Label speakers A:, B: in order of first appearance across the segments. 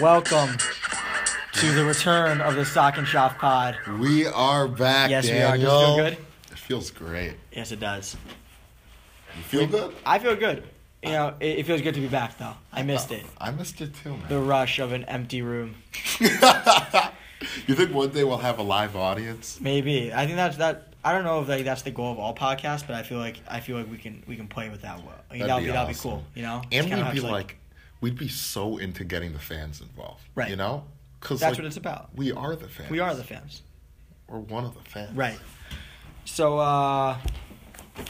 A: Welcome to the return of the Sock and Shop Pod.
B: We are back.
A: Yes, we are. Does it
B: Daniel.
A: feel good?
B: It feels great.
A: Yes, it does.
B: You feel good?
A: I feel good. You know, it, it feels good to be back though. I missed it.
B: I missed it too, man.
A: The rush of an empty room.
B: you think one day we'll have a live audience?
A: Maybe I think that's that. I don't know if like that's the goal of all podcasts, but I feel like I feel like we can we can play with that. Well, that'd,
B: That'd
A: be,
B: be
A: that'd be
B: awesome.
A: cool. You know, It's
B: And
A: kinda how
B: we'd be
A: it's
B: like, we'd be so into getting the fans involved.
A: Right.
B: You know? Cause
A: that's
B: like,
A: what it's about.
B: We are the fans.
A: We are the fans,
B: We're one of the fans.
A: right? So uh,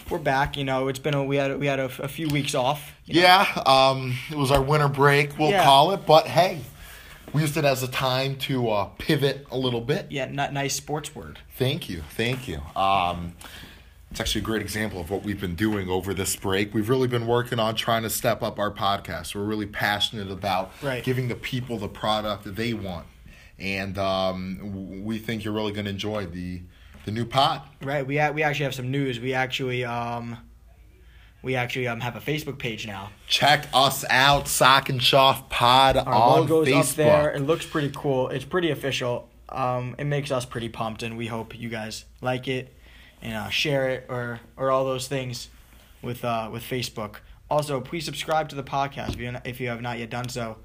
A: we're back. You know, it's been a, we had we had a, a few weeks off. you know?
B: Yeah. Um, it was our winter break, we'll
A: Yeah.
B: call it. But hey, we used it as a time to uh, pivot a little bit.
A: Yeah, not nice sports word.
B: Thank you. Thank you. Um, it's actually a great example of what we've been doing over this break. We've really been working on trying to step up our podcast. We're really passionate about
A: Right.
B: giving the people the product that they want. And um, w- we think you're really going to enjoy the, the new pod.
A: Right. We a- we actually have some news. We actually um, we actually um have a Facebook page now.
B: Check us out, Sock and Shoff Pod
A: Our
B: on
A: logo's
B: Facebook.
A: up there. It looks pretty cool. It's pretty official. Um, it makes us pretty pumped, and we hope you guys like it and uh, share it or or all those things with uh with Facebook. Also, please subscribe to the podcast if you if you have not yet done so.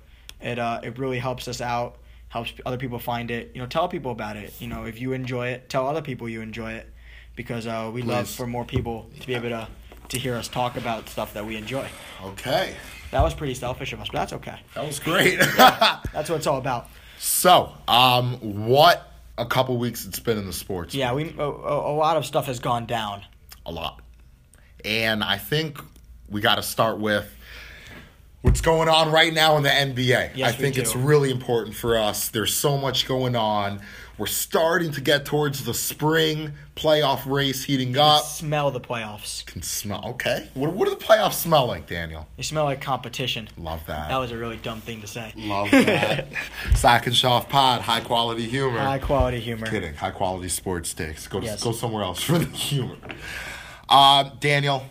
A: It uh it really helps us out. Helps other people find it. You know, tell people about it. You know, if you enjoy it, tell other people you enjoy it, because uh, we love
B: Please.
A: for more people to be able to to hear us talk about stuff that we enjoy.
B: Okay.
A: That was pretty selfish of us, but that's okay.
B: That was great.
A: That's what it's all about.
B: so, um, what a couple weeks it's been in the sports.
A: Yeah, we a, a a lot of stuff has gone down.
B: a lot. And I think we got to start with what's going on right now in the NBA.
A: Yes,
B: I
A: we
B: think
A: do.
B: it's really important for us. There's so much going on. We're starting to get towards the spring playoff race heating up.
A: smell the playoffs.
B: Can smell okay. What, what do the playoffs smell like, Daniel?
A: They smell like competition.
B: Love that.
A: That was a really dumb thing to say.
B: Love that. Sock and Shoff Pod, high quality humor.
A: High quality humor.
B: Kidding. High quality sports takes. Go
A: Yes.
B: go somewhere else for the humor. Uh, Daniel,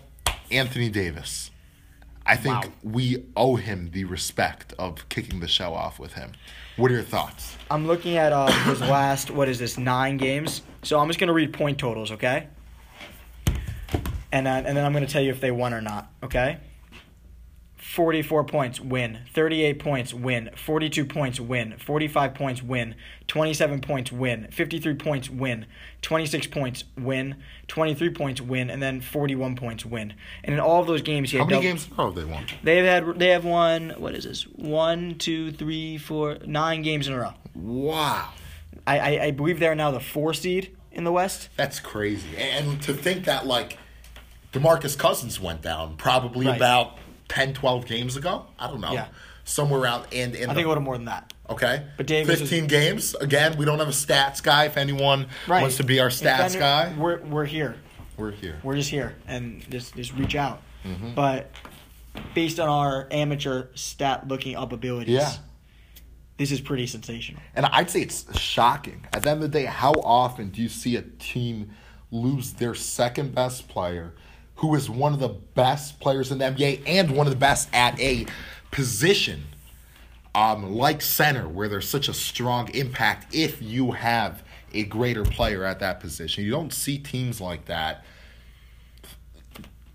B: Anthony Davis. I think
A: Wow.
B: we owe him the respect of kicking the show off with him. What are your thoughts?
A: I'm looking at uh, his last what is this nine games. So I'm just gonna read point totals, okay? And then, and then I'm gonna tell you if they won or not, okay? Forty-four points, win. Thirty-eight points, win. Forty-two points, win. Forty-five points, win. Twenty-seven points, win. Fifty-three points, win. Twenty-six points, win. Twenty-three points, win. And then forty-one points, win. And in all of those games, he had
B: How many
A: double-
B: games in a row have they won?
A: They've had they have won what is this one two three four nine games in a row.
B: Wow.
A: I, I, I believe they're now the four seed in the West.
B: That's crazy. And to think that, like, DeMarcus Cousins went down probably
A: Right.
B: about 10, 12 games ago. I don't know.
A: Yeah.
B: Somewhere around and, and
A: I think a little more than that.
B: Okay.
A: But Davis is-
B: 15 games. Again, we don't have a stats guy. If anyone
A: Right.
B: wants to be our
A: If
B: stats
A: any-
B: guy,
A: We're, we're here.
B: we're here.
A: We're just here and just just reach out.
B: Mm-hmm.
A: But based on our amateur stat looking up abilities,
B: Yeah.
A: this is pretty sensational.
B: And I'd say it's shocking. At the end of the day, how often do you see a team lose their second best player, who is one of the best players in the NBA and one of the best at a position um, like center, where there's such a strong impact if you have a greater player at that position? You don't see teams like that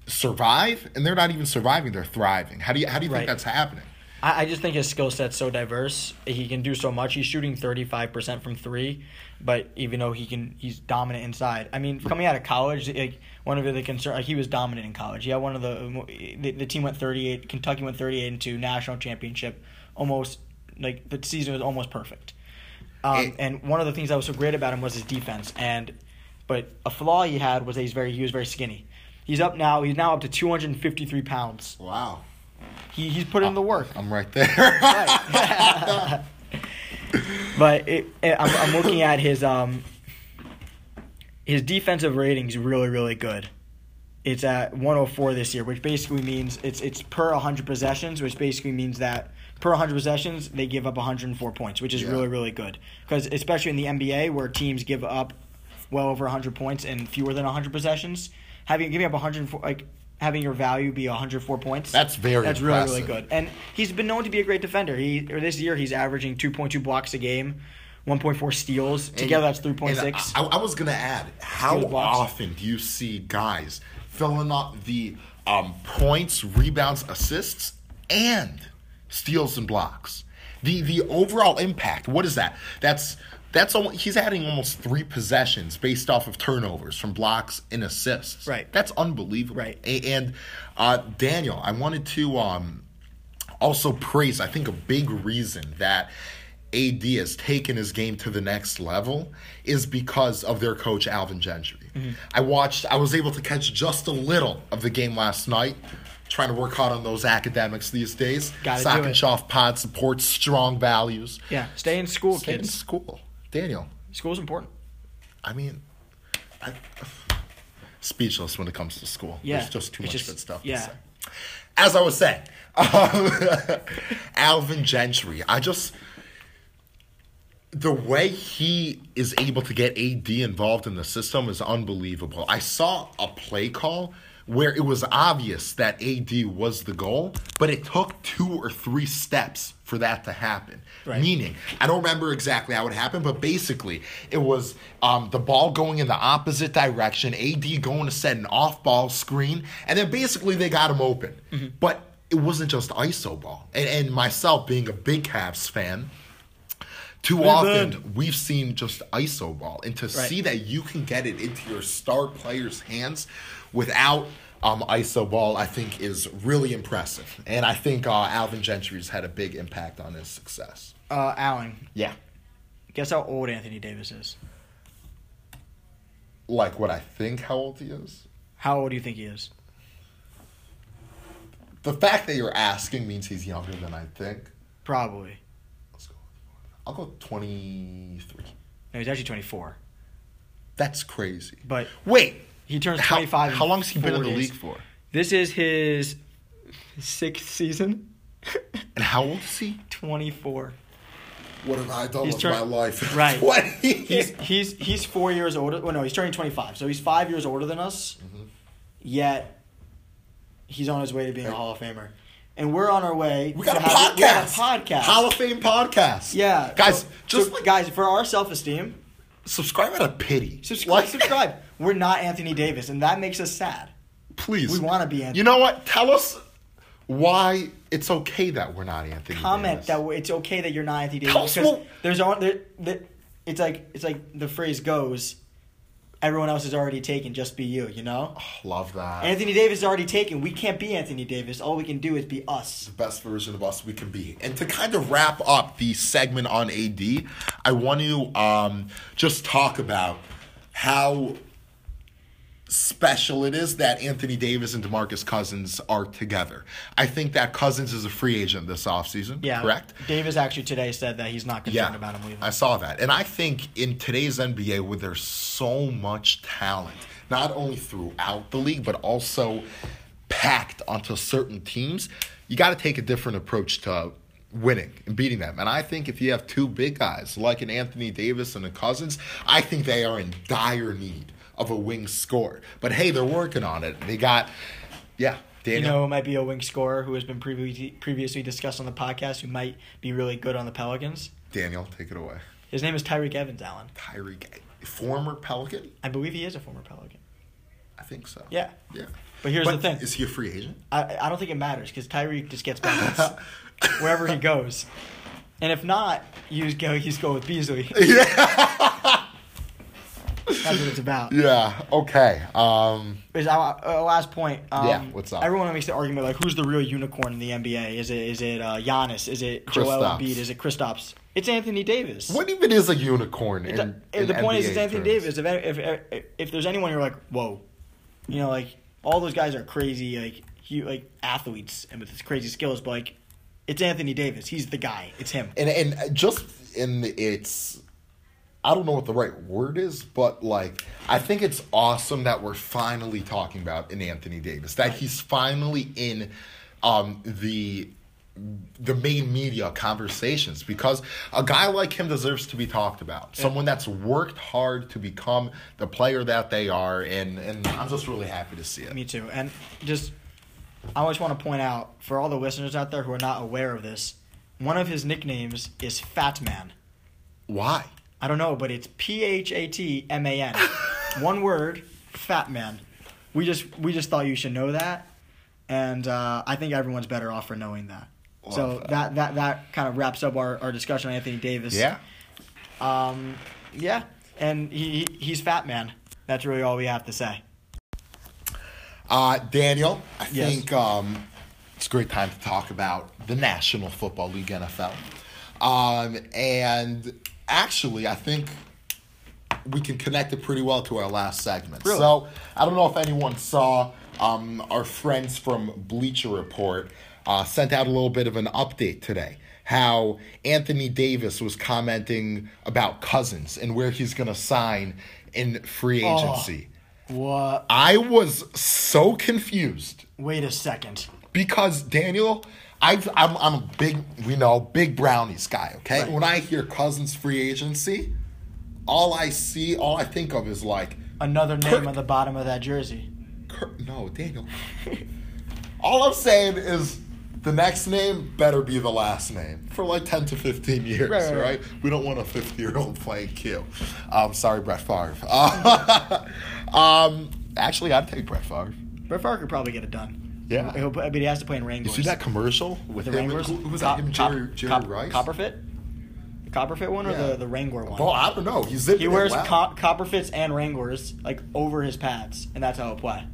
B: survive, and they're not even surviving, they're thriving. How do you, how do you
A: Right.
B: think that's happening?
A: I, I just think his skill set's so diverse. He can do so much. He's shooting thirty five percent from three, but even though he can, he's dominant inside. I mean, coming out of college, like one of the concern, like he was dominant in college. Yeah, one of the the, the team went thirty eight. Kentucky went thirty eight and two national championship, almost like the season was almost perfect. Um,
B: It-
A: and one of the things that was so great about him was his defense. And but a flaw he had was that he's very he was very skinny. He's up now. He's now up to two hundred and fifty three pounds.
B: Wow.
A: He he's put in the work.
B: I'm right there.
A: Right. but it, it- I'm, I'm looking at his um his defensive rating's really really good. It's at 104 this year, which basically means it's it's per 100 possessions, which basically means that per 100 possessions they give up 104 points, which is
B: Yeah.
A: really really good. Because especially in the NBA where teams give up well over 100 points in fewer than 100 possessions, having giving up 104 like having your value be 104 points.
B: That's very
A: That's really really
B: impressive.
A: good. And he's been known to be a great defender. He or this year he's averaging 2.2 blocks a game, 1.4 steals. Together that's
B: And uh,
A: 3.6.
B: I, I was gonna add, how
A: Steal the box.
B: often do you see guys filling up the um, points, rebounds, assists, and steals and blocks? The the overall impact. What is that? That's that's almo- he's adding almost three possessions based off of turnovers from blocks and assists.
A: Right.
B: That's unbelievable.
A: Right.
B: A- and uh, Daniel, I wanted to um, also praise, I think, a big reason that AD has taken his game to the next level is because of their coach, Alvin Gentry.
A: Mm-hmm.
B: I watched, I was able to catch just a little of the game last night. Trying to work hard on those academics these days.
A: Gotta do
B: Sock and
A: it.
B: Schaff pod supports strong values.
A: yeah, stay in school,
B: Stay in
A: kids.
B: school. Daniel,
A: School's important.
B: I mean, I, speechless when it comes to school.
A: Yeah,
B: There's just too
A: it's
B: much
A: just-
B: good stuff
A: yeah.
B: to say. As I was saying, um, Alvin Gentry, I just. The way he is able to get AD involved in the system is unbelievable. I saw a play call where it was obvious that AD was the goal, but it took two or three steps for that to happen.
A: Right.
B: Meaning, I don't remember exactly how it happened, but basically, it was um, the ball going in the opposite direction, AD going to set an off ball screen, and then basically they got him open. But it wasn't just ISO ball. And, and myself being a big Cavs fan, too often we've seen just ISO ball, and to see that you can get it into your star players' hands without um, ISO ball, I think is really impressive. And I think uh, Alvin Gentry's had a big impact on his success.
A: Uh, Allen,
B: Yeah,
A: guess how old Anthony Davis is?
B: like what I think how old he is.
A: How old do you think he is?
B: The fact that you're asking means he's younger than I think.
A: Probably.
B: Let's go. I'll go twenty three.
A: No, he's actually 24.
B: That's crazy.
A: But
B: Wait,
A: he turns
B: how,
A: 25. in
B: how long's he been
A: four
B: in the
A: days.
B: league for?
A: This is his sixth season.
B: And how old is he?
A: 24.
B: What have I done
A: He's
B: with
A: turn-
B: my life?
A: Right.
B: What?
A: He's he's he's four years older. Well, no, he's turning 25, so he's five years older than us.
B: Mm-hmm.
A: Yet he's on his way to being a Hall of Famer, and we're on our way.
B: we got a
A: to have- we got
B: podcast.
A: a podcast.
B: Hall of Fame podcast.
A: yeah,
B: Guys,
A: so-
B: just
A: so
B: like,
A: guys for our self esteem,
B: subscribe out of pity.
A: subscribe.
B: Like,
A: subscribe. We're not Anthony Davis, and that makes us sad.
B: Please.
A: We wanna be Anthony.
B: You know what? Tell us why it's okay that we're not Anthony.
A: Comment
B: Davis.
A: that w- it's okay that you're not Anthony Davis
B: Tell us
A: because
B: what-
A: there's on there, there. It's like it's like the phrase goes, everyone else is already taken. Just be you. You know.
B: Love that.
A: Anthony Davis is already taken. We can't be Anthony Davis. All we can do is be us.
B: the best version of us we can be. And to kind of wrap up the segment on AD, I want to um, just talk about how special it is that Anthony Davis and DeMarcus Cousins are together. I think that Cousins is a free agent this offseason,
A: Yeah.
B: correct?
A: Davis actually today said that he's not concerned about him leaving.
B: I saw that. And I think in today's NBA, where there's so much talent, not only throughout the league, but also packed onto certain teams, you got to take a different approach to winning and beating them. And I think if you have two big guys like an Anthony Davis and a Cousins, I think they are in dire need of a wing score. But hey, they're working on it. They got, yeah,
A: you
B: Daniel.
A: know, it might be a wing scorer who has been previously previously discussed on the podcast who might be really good on the Pelicans.
B: Daniel, take it away.
A: His name is Tyreek Evans Allen.
B: Tyreek, former Pelican?
A: I believe he is a former Pelican.
B: I think so.
A: Yeah.
B: Yeah.
A: But here's the thing.
B: Is he a free agent?
A: I, I don't think it matters because Tyreek just gets buckets wherever he goes. And if not, you just go, you just go with Beasley. That's what it's about.
B: Yeah. Okay. Um,
A: Is our, our last point? Um,
B: Yeah, what's up?
A: Everyone makes the argument like, who's the real unicorn in the NBA? Is it is it uh, Giannis? Is it Joel
B: Kristaps.
A: Embiid? Is it Kristaps? It's Anthony Davis.
B: what even is a unicorn?
A: It's a-
B: in-
A: and the
B: in
A: point is, it's
B: NBA
A: Anthony
B: terms?
A: Davis. If, if if if there's anyone you're like, whoa, you know, like all those guys are crazy, like he like athletes and with his crazy skills, but like, it's Anthony Davis. He's the guy. It's him.
B: And and just in the, it's, I don't know what the right word is, but like I think it's awesome that we're finally talking about an Anthony Davis. That he's finally in, um, the the main media conversations because a guy like him deserves to be talked about. Someone that's worked hard to become the player that they are, and and I'm just really happy to see it.
A: Me too. And just, I always want to point out for all the listeners out there who are not aware of this, one of his nicknames is Fat Man.
B: Why?
A: I don't know, but it's P H A T M A N. One word, Fat Man. We just we just thought you should know that, and uh, I think everyone's better off for knowing that. so
B: Love that.
A: that. that that kind of wraps up our, our discussion on Anthony Davis.
B: Yeah.
A: Um, yeah, and he he- he's Fat Man. That's really all we have to say.
B: Uh, Daniel, I
A: Yes.
B: think um, it's a great time to talk about the National Football League NFL. Um, and actually, I think we can connect it pretty well to our last segment.
A: Really?
B: So I don't know if anyone saw um, our friends from Bleacher Report uh, sent out a little bit of an update today. How Anthony Davis was commenting about Cousins and where he's going to sign in free
A: Oh.
B: agency.
A: What?
B: I was so confused
A: Wait a second.
B: because Daniel, I've, I'm, I'm a big, we know, big brownies guy, okay?
A: Right.
B: When I hear Cousins free agency, all I see, all I think of is like,
A: Another name
B: Kirk-
A: on the bottom of that jersey.
B: Cur- no, Daniel. all I'm saying is the next name better be the last name for like 10 to 15
A: Right,
B: years,
A: right,
B: right?
A: right.
B: We don't want a 50 year old playing Q. Um, sorry, Brett Favre. Uh, um, actually, I'd take Brett Favre.
A: Brett Favre could probably get it done.
B: Yeah.
A: He'll, but he has to play in Wranglers.
B: You see that commercial with
A: The
B: him?
A: Wranglers?
B: Who, who was
A: Cop-
B: that? Him,
A: cop-
B: Jerry, Jerry
A: cop-
B: Rice?
A: Copperfit? The Copperfit one or
B: Yeah.
A: the, the Wrangler one?
B: Well, Oh, I don't know. He's zipping
A: he
B: it
A: wears
B: well.
A: co- Copperfits and Wranglers, like, over his pads, and that's how it play.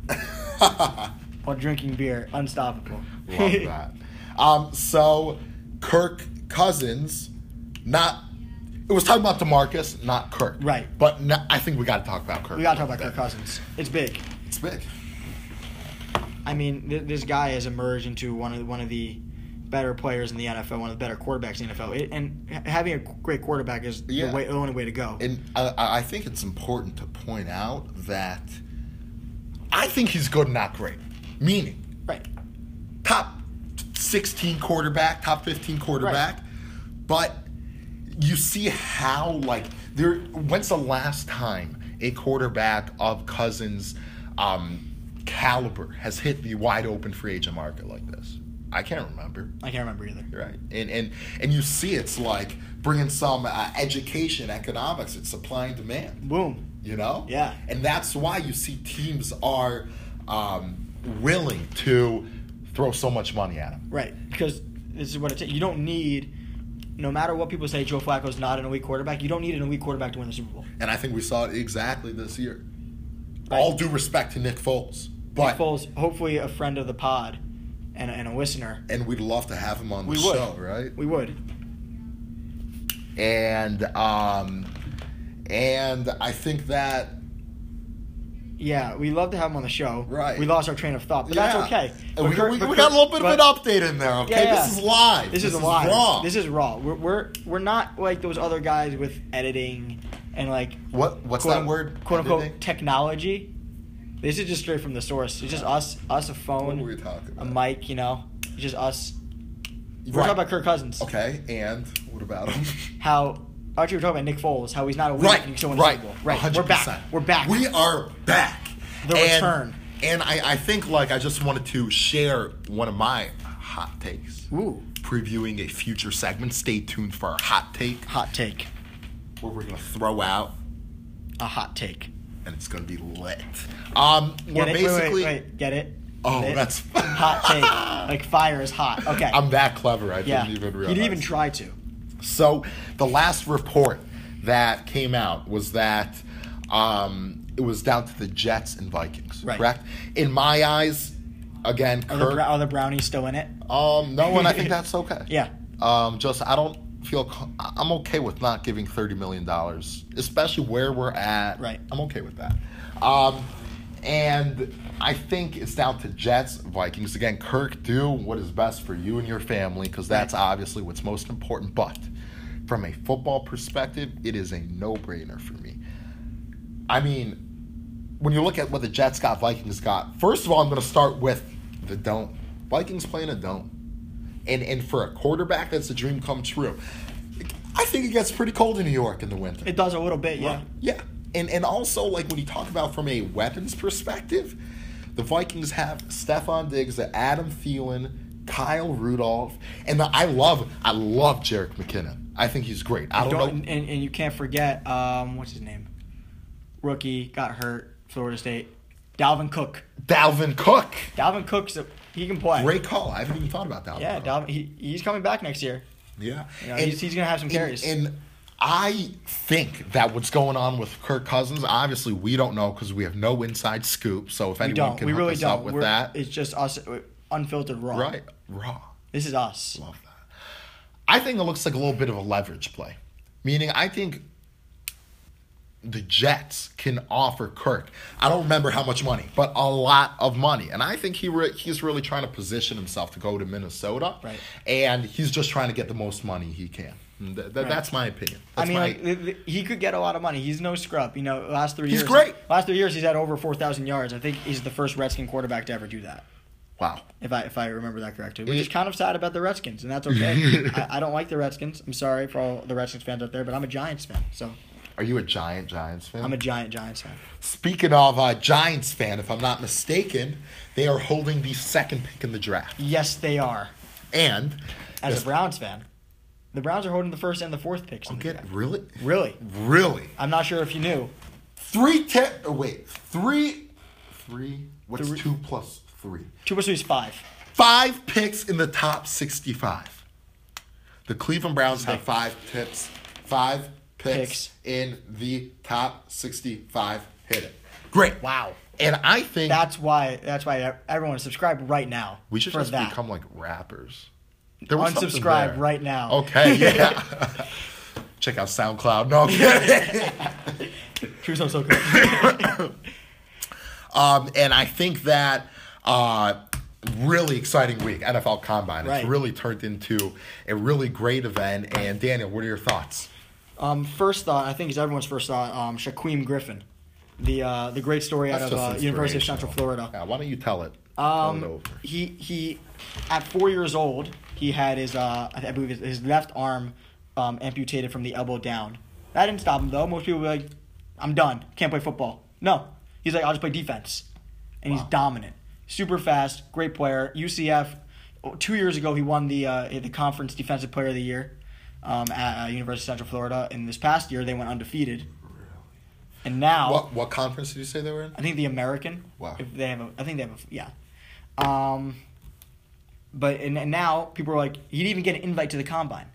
A: While drinking beer. Unstoppable.
B: Love that. Um, so Kirk Cousins, not it was talking about Demarcus, not Kirk.
A: Right.
B: But no, I think we got to talk about Kirk.
A: we gotta talk about Kirk Cousins. It's big.
B: It's big.
A: I mean, th- this guy has emerged into one of one of the better players in the NFL, one of the better quarterbacks in the NFL. It, and ha- having a great quarterback is
B: Yeah.
A: the, way, the only way to go.
B: And I, I I think it's important to point out that I think he's good, not great. Meaning,
A: right.
B: top 16 quarterback, top 15 quarterback. But you see how like there when's the last time a quarterback of Cousins um caliber has hit the wide open free agent market like this? I can't remember.
A: I can't remember either.
B: Right. And and and you see it's like bringing some uh, education economics, it's supply and demand
A: Boom.
B: you know
A: Yeah.
B: and that's why you see teams are um, willing to throw so much money at him
A: Right. Because this is what it takes. You don't need, no matter what people say, Joe Flacco's not an elite quarterback. You don't need an elite quarterback to win the Super Bowl.
B: and i think we saw it exactly this year
A: Right.
B: all due respect to nick foles but
A: Nick Foles, hopefully a friend of the pod and, and a listener.
B: and we'd love to have him on the
A: We would.
B: show right
A: We would.
B: and um and i think that
A: Yeah, we love to have him on the show.
B: Right.
A: We lost our train of thought, but that's
B: yeah.
A: okay.
B: And
A: But
B: we,
A: Kirk-
B: we,
A: but
B: we got a
A: Kirk-
B: little bit
A: but-
B: of an update in there okay
A: Yeah,
B: this
A: yeah.
B: is live
A: This, is, live.
B: raw
A: This is raw. We're, we're we're not like those other guys with editing and like
B: what what's
A: quote,
B: that word
A: quote unquote
B: Editing?
A: technology. This is just straight from the source. It's just us us a
B: what
A: phone,
B: were we talking
A: a
B: about
A: mic, you know. It's just us. We're
B: Right.
A: talking about Kirk Cousins.
B: okay and what about him
A: How actually we're talking about Nick Foles. How he's not a winner.
B: Right,
A: and he's still in the
B: right,
A: Super Bowl. Right. We're back.
B: 100%.
A: We're back.
B: We are back.
A: The return.
B: And I, I think like I just wanted to share one of my hot takes.
A: Ooh,
B: Previewing a future segment. Stay tuned for our hot take
A: hot take.
B: where we're gonna throw out
A: A hot take.
B: and it's gonna be lit. Um, we're
A: Get it? Wait, wait,
B: basically.
A: wait, Get it?
B: Oh,
A: Get it?
B: that's
A: hot take. Like fire is hot. Okay.
B: I'm that clever. I
A: yeah.
B: didn't even
A: you
B: realize.
A: didn't even try to.
B: So the last report that came out was that um, it was down to the Jets and Vikings,
A: Right.
B: correct? In my eyes, again,
A: Are the,
B: Kirk.
A: br- are the brownies still in it?
B: um, no, and I think that's okay.
A: Yeah.
B: Um, just I don't feel co- I'm okay with not giving thirty million dollars, especially where we're at.
A: Right.
B: I'm okay with that. Um, and I think it's down to Jets, Vikings again. Kirk, do what is best for you and your family because that's obviously what's most important. But from a football perspective, it is a no-brainer for me. I mean, when you look at what the Jets got, Vikings got. First of all, I'm going to start with the don't. Vikings playing a don't. and and for a quarterback, that's a dream come true. I think it gets pretty cold in New York in the winter.
A: It does a little bit, yeah.
B: Yeah. And and also like when you talk about from a weapons perspective, the Vikings have Stefan Diggs, Adam Thielen, Kyle Rudolph, and the, I love I love Jarek McKinnon. I think he's great. I
A: You
B: don't,
A: don't-
B: know.
A: and, and you can't forget, um, what's his name? Rookie, got hurt, Florida State. Dalvin Cook.
B: Dalvin Cook.
A: Dalvin Cook's a, he can play.
B: Great call. I haven't even thought about Dalvin.
A: Yeah,
B: Cook.
A: Dalvin, he, he's coming back next year.
B: Yeah.
A: You know, he's- he's gonna have some
B: and-
A: carries.
B: And, I think that what's going on with Kirk Cousins, obviously we don't know because we have no inside scoop. So if
A: We
B: anyone
A: don't.
B: can
A: We
B: hook
A: really
B: us
A: don't.
B: up with
A: We're-
B: that,
A: It's just us, uh, unfiltered raw.
B: right, raw.
A: This is us.
B: Love that. I think it looks like a little bit of a leverage play, meaning I think the Jets can offer Kirk. I don't remember how much money, but a lot of money, and I think he re- he's really trying to position himself to go to Minnesota,
A: Right.
B: and he's just trying to get the most money he can. Th- th- That's my opinion.
A: I
B: That's
A: mean,
B: my-
A: like th- th- he could get a lot of money. He's no scrub. You know, last three
B: He's
A: years,
B: great.
A: Last three years, he's had over four thousand yards. I think he's the first Redskin quarterback to ever do that.
B: wow.
A: If I if I remember that correctly, which
B: Yeah.
A: is kind of sad about the Redskins, and that's okay. I, I don't like the Redskins. I'm sorry for all the Redskins fans out there, but I'm a Giants fan, so
B: Are you a Giant Giants fan?
A: I'm a giant Giants fan.
B: Speaking of uh, Giants fan, if I'm not mistaken, they are holding the second pick in the draft,
A: Yes, they are.
B: and
A: As
B: this-
A: a Browns fan, the Browns are holding the first and the fourth picks. in the
B: Get
A: draft.
B: really,
A: Really,
B: really
A: I'm not sure if you knew.
B: three ten. Oh wait, three, three. What's
A: Three.
B: two plus three?
A: Two plus three is five.
B: Five picks in the top sixty-five. The Cleveland Browns have five tips, five picks,
A: Picks.
B: in the top sixty-five. Hit it. Great.
A: Wow.
B: And I think
A: That's why. That's why everyone subscribe right now.
B: we should
A: for
B: just
A: that.
B: become like rappers. something
A: Unsubscribe
B: there.
A: right now.
B: Okay. Yeah. Check out SoundCloud. No. I'm kidding.
A: True so so good.
B: Um, and I think that uh, really exciting week, NFL Combine.
A: Right.
B: It's really turned into a really great event. And Daniel, what are your thoughts?
A: um, first thought, I think is everyone's first thought. Um, Shaquem Griffin, the uh, the great story out
B: That's
A: of
B: just
A: uh, University of Central
B: inspirational.
A: Florida.
B: Yeah, Uh, why don't you tell it?
A: Um,
B: Tell it over.
A: he he, at four years old, he had his uh, I believe his, his left arm, um, amputated from the elbow down. That didn't stop him though. Most people were like, "I'm done. Can't play football." No, he's like, "I'll just play defense," and he's dominant, super fast, great player. UCF. oh, Two years ago, he won the uh, the conference defensive player of the year, um, at uh, University of Central Florida. And this past year, they went undefeated. And now,
B: What, what conference did you say they were in?
A: I think the American.
B: Wow.
A: If they have a, I think they have a, yeah. Um, but and, and now people are like, he didn't even get an invite to the combine.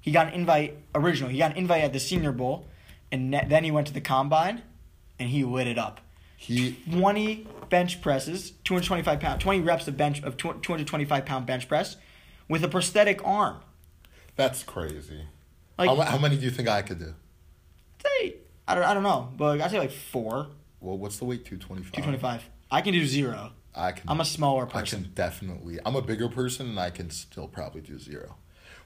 A: He got an invite originally. He got an invite at the Senior Bowl, and ne- then he went to the combine, and he lit it up.
B: He
A: 20 bench presses, 225 pound, 20 reps of bench of 2- 225 pound bench press, with a prosthetic arm.
B: That's crazy.
A: Like-
B: how, mu- how many do you think I could do?
A: Say, I don't, I don't know, but I say like four,
B: Well, what's the weight? Two twenty-five.
A: 225. I can do zero.
B: I can.
A: I'm a smaller
B: I
A: person.
B: can definitely. I'm a bigger person, and I can still probably do zero.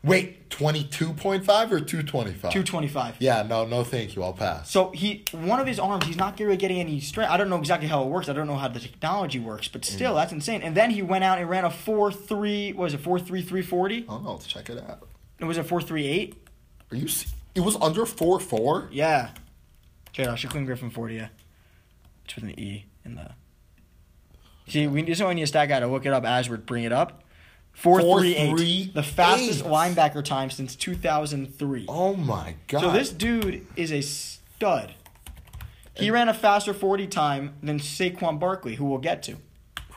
B: Wait, twenty-two point five or two twenty-five?
A: 225.
B: Yeah, no, no, thank you. I'll pass.
A: So he one of his arms, he's not really getting any strength. I don't know exactly how it works. I don't know how the technology works, but still, that's insane. And then he went out and ran a four three. What was it four three three forty?
B: Oh no, check it out.
A: It was a four three eight.
B: Are you? se- It was under four four.
A: Yeah. Check it out. Shaquem Griffin forty. Yeah. It's with an E in the. See, we just only need a stat guy to look it up as we're bring it up. Four three eight. The fastest
B: 438.
A: linebacker time since two thousand three.
B: Oh my god.
A: So this dude is a stud. He ran a faster 40 time than Saquon Barkley, who we'll get to.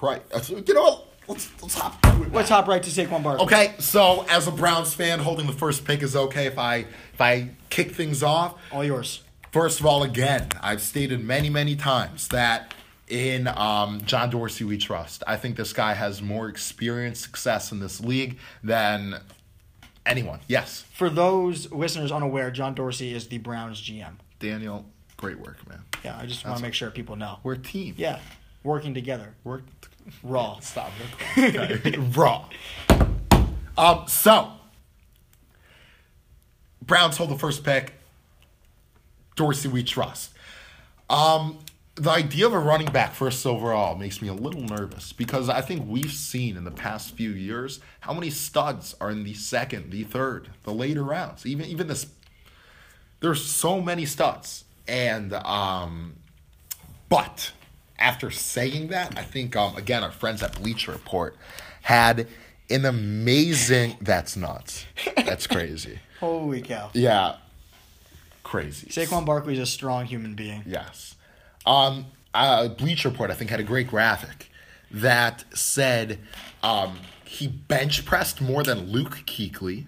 B: right. That's- You know what? Let's let's hop. right with
A: Let's
B: that.
A: hop right to Saquon Barkley.
B: Okay, so as a Browns fan, holding the first pick is okay. If I if I kick things off,
A: All yours.
B: First of all, again, I've stated many, many times that in um, John Dorsey we trust. I think this guy has more experience, success in this league than anyone. Yes,
A: For those listeners unaware, John Dorsey is the Browns GM.
B: Daniel, great work, man.
A: Yeah, I just want to make sure people know.
B: We're a team.
A: Yeah, working together.
B: Work.
A: Raw.
B: Stop. Okay. Raw. Um. So, Browns hold the first pick. Dorsey we trust. Um. the idea of a running back first overall makes me a little nervous because I think we've seen in the past few years how many studs are in the second, the third, the later rounds. Even even this, there's so many studs, and um, but after saying that, I think um, again our friends at Bleacher Report had an amazing. That's nuts. That's crazy.
A: Holy cow.
B: Yeah, crazy.
A: Saquon Barkley's a strong human being.
B: Yes. Um, uh, Bleach Report, I think, had a great graphic that said um, he bench pressed more than Luke Keekley.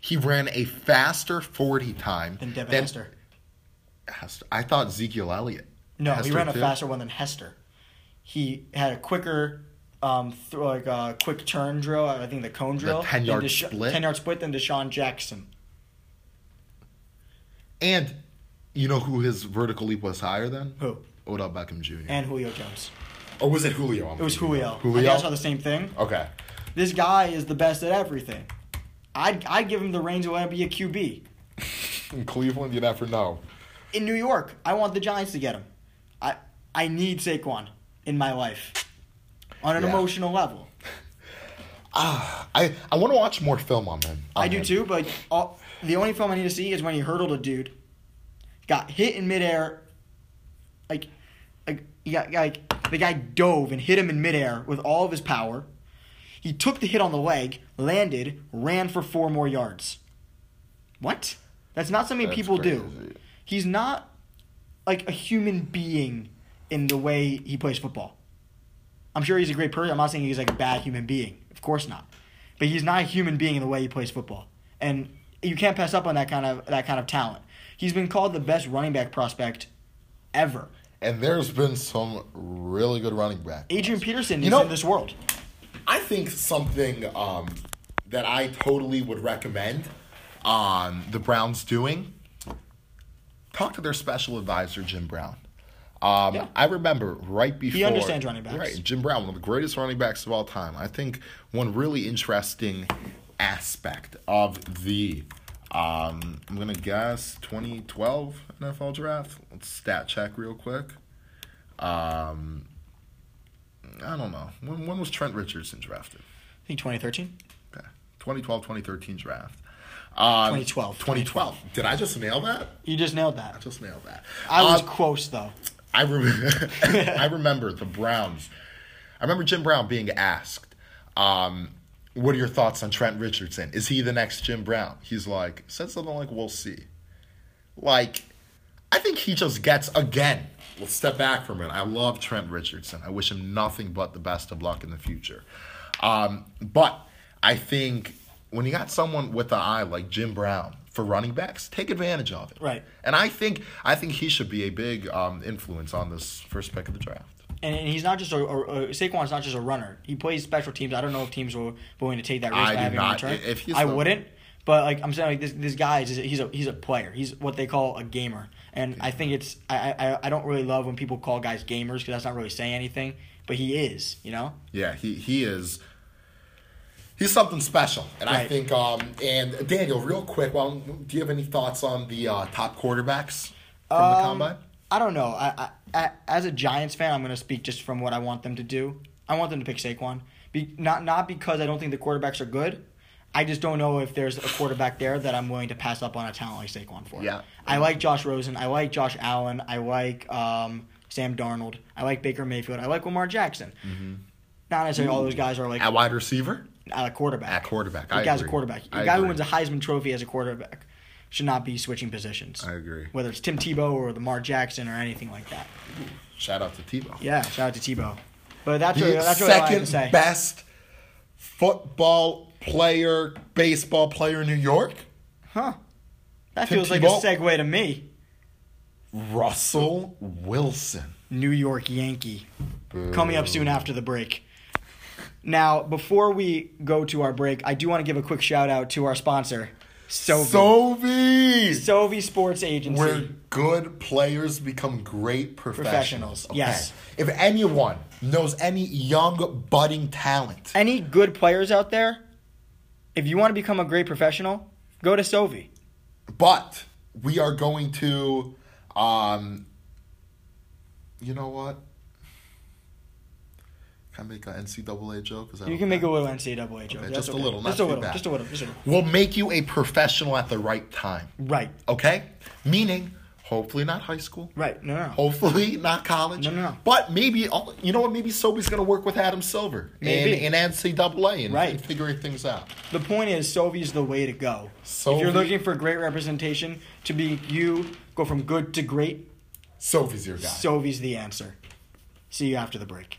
B: He ran a faster 40 time
A: Than Devin Hester.
B: Hester. I thought Ezekiel Elliott.
A: No, he
B: Hester
A: ran a
B: too.
A: faster one than Hester. He had a quicker, um, th- like uh, quick turn drill. I think the cone drill,
B: 10-yard split?
A: ten yard split than Deshaun Jackson.
B: And you know who his vertical leap was higher than?
A: Who?
B: Odell Beckham Jr.
A: And Julio Jones.
B: or was it Julio? I'm
A: It was
B: thinking
A: Julio.
B: of?
A: I think
B: Julio?
A: I saw the same thing.
B: okay.
A: This guy is the best at everything. I'd, I'd give him the reins and let him be a QB.
B: In Cleveland, you never know.
A: In New York, I want the Giants to get him. I, I need Saquon in my life on an
B: Yeah.
A: emotional level.
B: Ah, I, I want to watch more film on him. on
A: I do
B: him.
A: too, but all, the only film I need to see is when he hurdled a dude, got hit in midair, like, like, he got, like the guy dove and hit him in midair with all of his power. He took the hit on the leg, landed, ran for four more yards. What? That's not something
B: That's
A: people do.
B: crazy.
A: He's not like a human being in the way he plays football. I'm sure he's a great person. I'm not saying he's like a bad human being. Of course not. But he's not a human being in the way he plays football. And you can't pass up on that kind of that kind of talent. He's been called the best running back prospect ever.
B: And there's been some really good running back.
A: Adrian Peterson
B: You
A: is
B: know-
A: in this world.
B: I think something um, that I totally would recommend um, the Browns doing talk to their special advisor, Jim Brown. Um,
A: Yeah.
B: I remember right before.
A: understands running backs.
B: Right, Jim Brown, one of the greatest running backs of all time. I think one really interesting aspect of the, um, I'm going to guess 2012 NFL draft. Let's stat check real quick. Um, I don't know. When, when was Trent Richardson drafted?
A: I think 2013.
B: Okay. 2012, 2013 draft. Um,
A: 2012.
B: 2012. Did I just nail that?
A: You just nailed
B: I
A: that.
B: just nailed that.
A: I was
B: Um,
A: close though.
B: I, rem- I remember the Browns. I remember Jim Brown being asked, um, what are your thoughts on Trent Richardson? Is he the next Jim Brown? He's like, said something like, we'll see. Like, I think he just gets, again, let's step back for a minute. I love Trent Richardson. I wish him nothing but the best of luck in the future. Um, but I think when you got someone with an eye like Jim Brown for running backs, take advantage of it.
A: Right.
B: And I think I think he should be a big um, influence on this first pick of the draft.
A: And, and he's not just a, a, a Saquon's not just a runner. He plays special teams. I don't know if teams will willing to take that risk.
B: I
A: by
B: do
A: having
B: not.
A: Him return.
B: If he's
A: I
B: the-
A: wouldn't. But like I'm saying, like this this guy is he's a he's a player. He's what they call a gamer. And I think it's I, I I don't really love when people call guys gamers because that's not really saying anything. But he is, you know.
B: Yeah, he he is. He's something special, and I
A: Right.
B: think. Um, and Daniel, real quick, well, do you have any thoughts on the uh, top quarterbacks from the
A: Um,
B: combine?
A: I don't know. I, I, I as a Giants fan, I'm going to speak just from what I want them to do. I want them to pick Saquon. Be, not not because I don't think the quarterbacks are good. I just don't know if there's a quarterback there that I'm willing to pass up on a talent like Saquon for.
B: Yeah.
A: I like Josh Rosen. I like Josh Allen. I like um, Sam Darnold. I like Baker Mayfield. I like Lamar Jackson. Not necessarily all those guys are like
B: At wide receiver,
A: at a quarterback.
B: at quarterback,
A: The
B: I
A: guy's
B: agree.
A: a quarterback. The
B: I
A: guy
B: agree.
A: who wins a Heisman Trophy as a quarterback should not be switching positions.
B: I agree.
A: Whether it's Tim Tebow or Lamar Jackson or anything like that.
B: Shout out to Tebow.
A: Yeah, shout out to Tebow. But that's
B: the
A: really, that's really all I have to
B: second
A: say.
B: best football player, baseball player in New York,
A: Huh? That
B: Tim
A: feels like
B: Tebow?
A: a segue to me.
B: Russell Wilson.
A: New York Yankee. Coming up soon after the break. Now, before we go to our break, I do want to give a quick shout out to our sponsor, Sovi.
B: Sovi.
A: Sovi Sports Agency.
B: Where good players become great
A: Professionals,
B: professionals.
A: yes.
B: If anyone knows any young budding talent,
A: any good players out there, if you want to become a great professional, go to Sovi.
B: but we are going to um, You know what? Can I make an NCAA joke? 'Cause I
A: You
B: don't
A: can make a
B: know.
A: little NCAA joke.
B: Okay,
A: That's
B: just a little, not
A: Just a
B: too
A: little.
B: bad.
A: Just a little. Just a little.
B: We'll make you a professional at the right time.
A: Right.
B: Okay? Meaning, hopefully not high school.
A: Right. No. No. no.
B: Hopefully not college.
A: No, no, no.
B: But maybe all- you know what? Maybe Sobey's going to work with Adam Silver
A: Maybe.
B: in, in NCAA and,
A: Right.
B: and figuring things out.
A: The point is, Sovi's the way to go. If
B: Sovie-
A: you're looking for great representation to be you, go from good to great.
B: Sophie's your guy.
A: Sovi's the answer. See you after the break.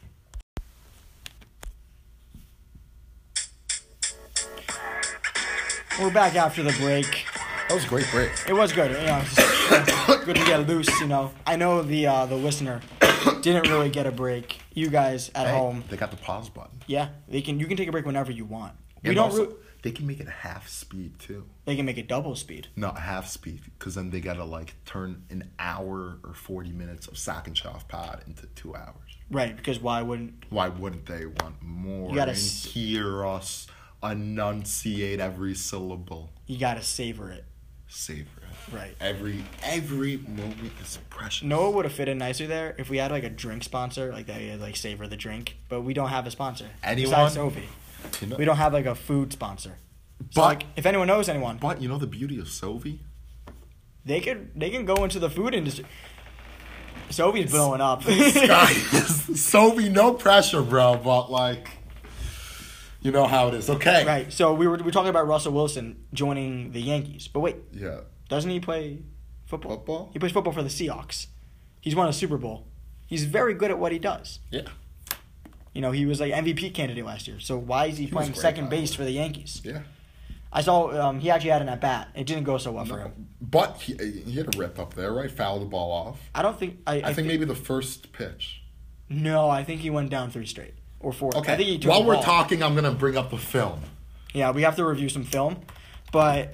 A: We're back after the break.
B: that was a great break.
A: It was good. You know, it's just good to get loose. You know, I know the uh, the listener didn't really get a break. You guys at
B: Hey,
A: home,
B: they got the pause button.
A: yeah, they can. You can take a break whenever you want. We
B: And
A: don't.
B: also,
A: re-
B: they can make it half speed too.
A: they can make it double speed.
B: Not half speed, because then they gotta like turn an hour or forty minutes of Sock and Chaff pod into two hours.
A: Right, because why wouldn't
B: Why wouldn't they want more?
A: You gotta
B: and
A: s-
B: hear us enunciate every syllable.
A: you gotta savor it?
B: Savor it.
A: Right.
B: Every every moment is precious.
A: Noah would have fit in nicer there if we had like a drink sponsor, like that, yeah, like savor the drink. But we don't have a sponsor.
B: Anyone?
A: Besides Sophie.
B: You know-
A: We don't have like a food sponsor. So,
B: But-
A: like, if anyone knows anyone,
B: But you know the beauty of Sovi?
A: they could they can go into the food industry. Sophie's blowing up.
B: Guys, Sovi, no pressure, bro, but like you know how it is. Okay.
A: Right. So we were we were talking about Russell Wilson joining the Yankees, but wait,
B: Yeah.
A: doesn't he play football?
B: Football?
A: He plays football for the Seahawks. He's won a Super Bowl. He's very good at what he does.
B: Yeah.
A: You know, he was like MVP candidate last year. So why is he,
B: was
A: playing
B: great,
A: second
B: by the
A: base
B: way.
A: for the Yankees?
B: Yeah.
A: I saw um, he actually had an at bat. It didn't go so well for him.
B: But he, he had a rip up there, right? Fouled the ball off.
A: I don't think. I,
B: I, think,
A: thi-
B: maybe the first pitch.
A: No, I think he went down three straight or four. I think he
B: Okay.
A: took
B: While
A: the
B: we're
A: ball.
B: talking, I'm gonna bring up the film.
A: Yeah, we have to review some film, but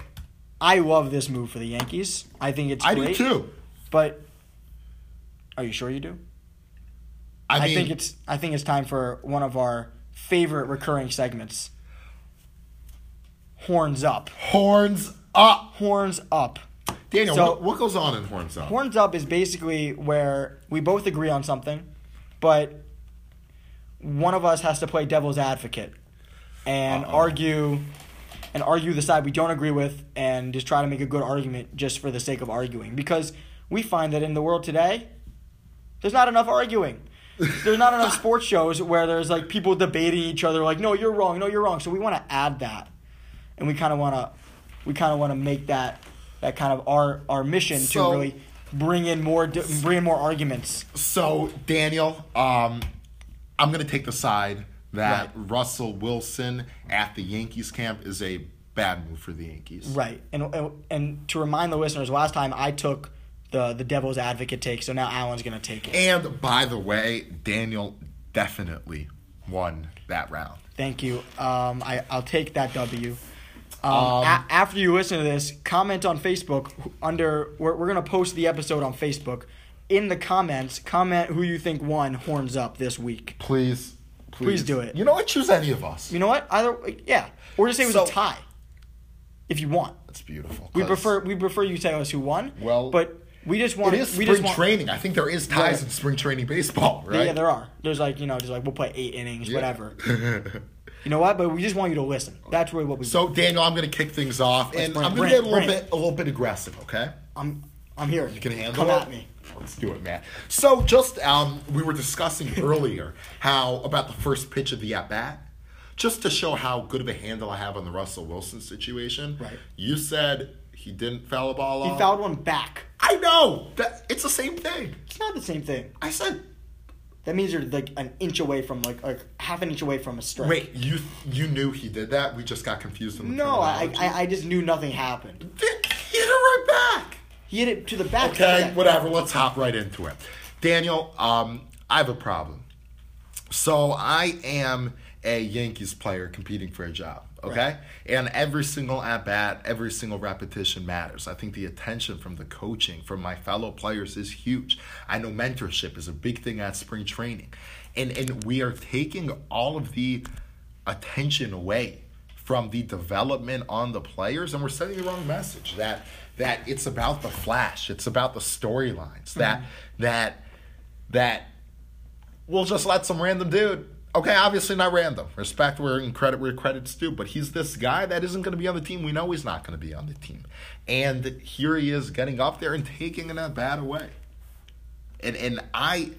A: I love this move for the Yankees. I think it's
B: I
A: great.
B: do too.
A: But are you sure you do?
B: I,
A: I,
B: mean,
A: think it's I think it's time for one of our favorite recurring segments. Horns up.
B: horns up.
A: Horns up.
B: Daniel,
A: So-
B: what, what goes on in horns up?
A: Horns up is basically where we both agree on something, but one of us has to play devil's advocate and
B: Uh-oh.
A: argue and argue the side we don't agree with and just try to make a good argument just for the sake of arguing because we find that in the world today there's not enough arguing. There's not enough sports shows where there's like people debating each other like no you're wrong, no you're wrong. So we want to add that. And we kind of want to we kind of want to make that that kind of our our mission
B: So-
A: to really bring in more di- bring in more arguments.
B: So, Daniel, um, I'm going to take the side that Russell Wilson at the Yankees camp is a bad move for the Yankees.
A: Right. And, and and to remind the listeners, last time I took the the devil's advocate take, so now Alan's gonna take it.
B: And by the way, Daniel definitely won that round.
A: Thank you. Um, I I'll take that W. Um, a- after you listen to this, comment on Facebook wh- under we're we're gonna post the episode on Facebook. In the comments, comment who you think won horns up this week.
B: Please,
A: Please do it.
B: You know what? Choose any of us.
A: You know what? Either yeah, or just say it was
B: So-
A: a tie, if you want.
B: That's beautiful.
A: We
B: 'cause
A: prefer we prefer you tell us who won.
B: Well,
A: but we just
B: It
A: want
B: is
A: we
B: spring
A: just want,
B: training. I think there is ties
A: Yeah.
B: in spring training baseball,
A: Yeah,
B: right?
A: Yeah, there are. There's like you know, just like we'll play eight innings, whatever.
B: whatever.
A: You know what? But we just want you to listen. That's really what we.
B: so, Daniel, I'm going to kick things off, and
A: bring it,
B: I'm
A: bring it,
B: going to get a little
A: bring it.
B: bit, a little bit aggressive. Okay.
A: I'm I'm here. You
B: Can handle
A: Come
B: it?
A: at me.
B: Let's do it, man. So just um, we were discussing earlier how about the first pitch of the at bat, just to show how good of a handle I have on the Russell Wilson situation.
A: Right.
B: You said he didn't foul a ball
A: He
B: off.
A: fouled one back.
B: I know that it's the same thing.
A: It's not the same thing.
B: I said,
A: That means you're like an inch away from like like half an inch away from a strike.
B: wait, you you knew he did that. We just got confused in the
A: No, I,
B: terminology.
A: I I just knew nothing happened.
B: Dick, hit it right back.
A: He hit it to the back.
B: Okay, whatever. Let's hop right into it. Daniel, um, I have a problem. So I am a Yankees player competing for a job. Okay, and every single at bat, every single repetition matters. I think the attention from the coaching, from my fellow players, is huge. I know mentorship is a big thing at spring training, and and we are taking all of the attention away from the development on the players and we're sending the wrong message that that it's about the flash it's about the storylines that that that we'll just let some random dude. Okay, obviously not random. Respect where and credit where credit's due, but he's this guy that isn't going to be on the team. We know he's not going to be on the team, and here he is getting up there and taking in a bad away. And and I,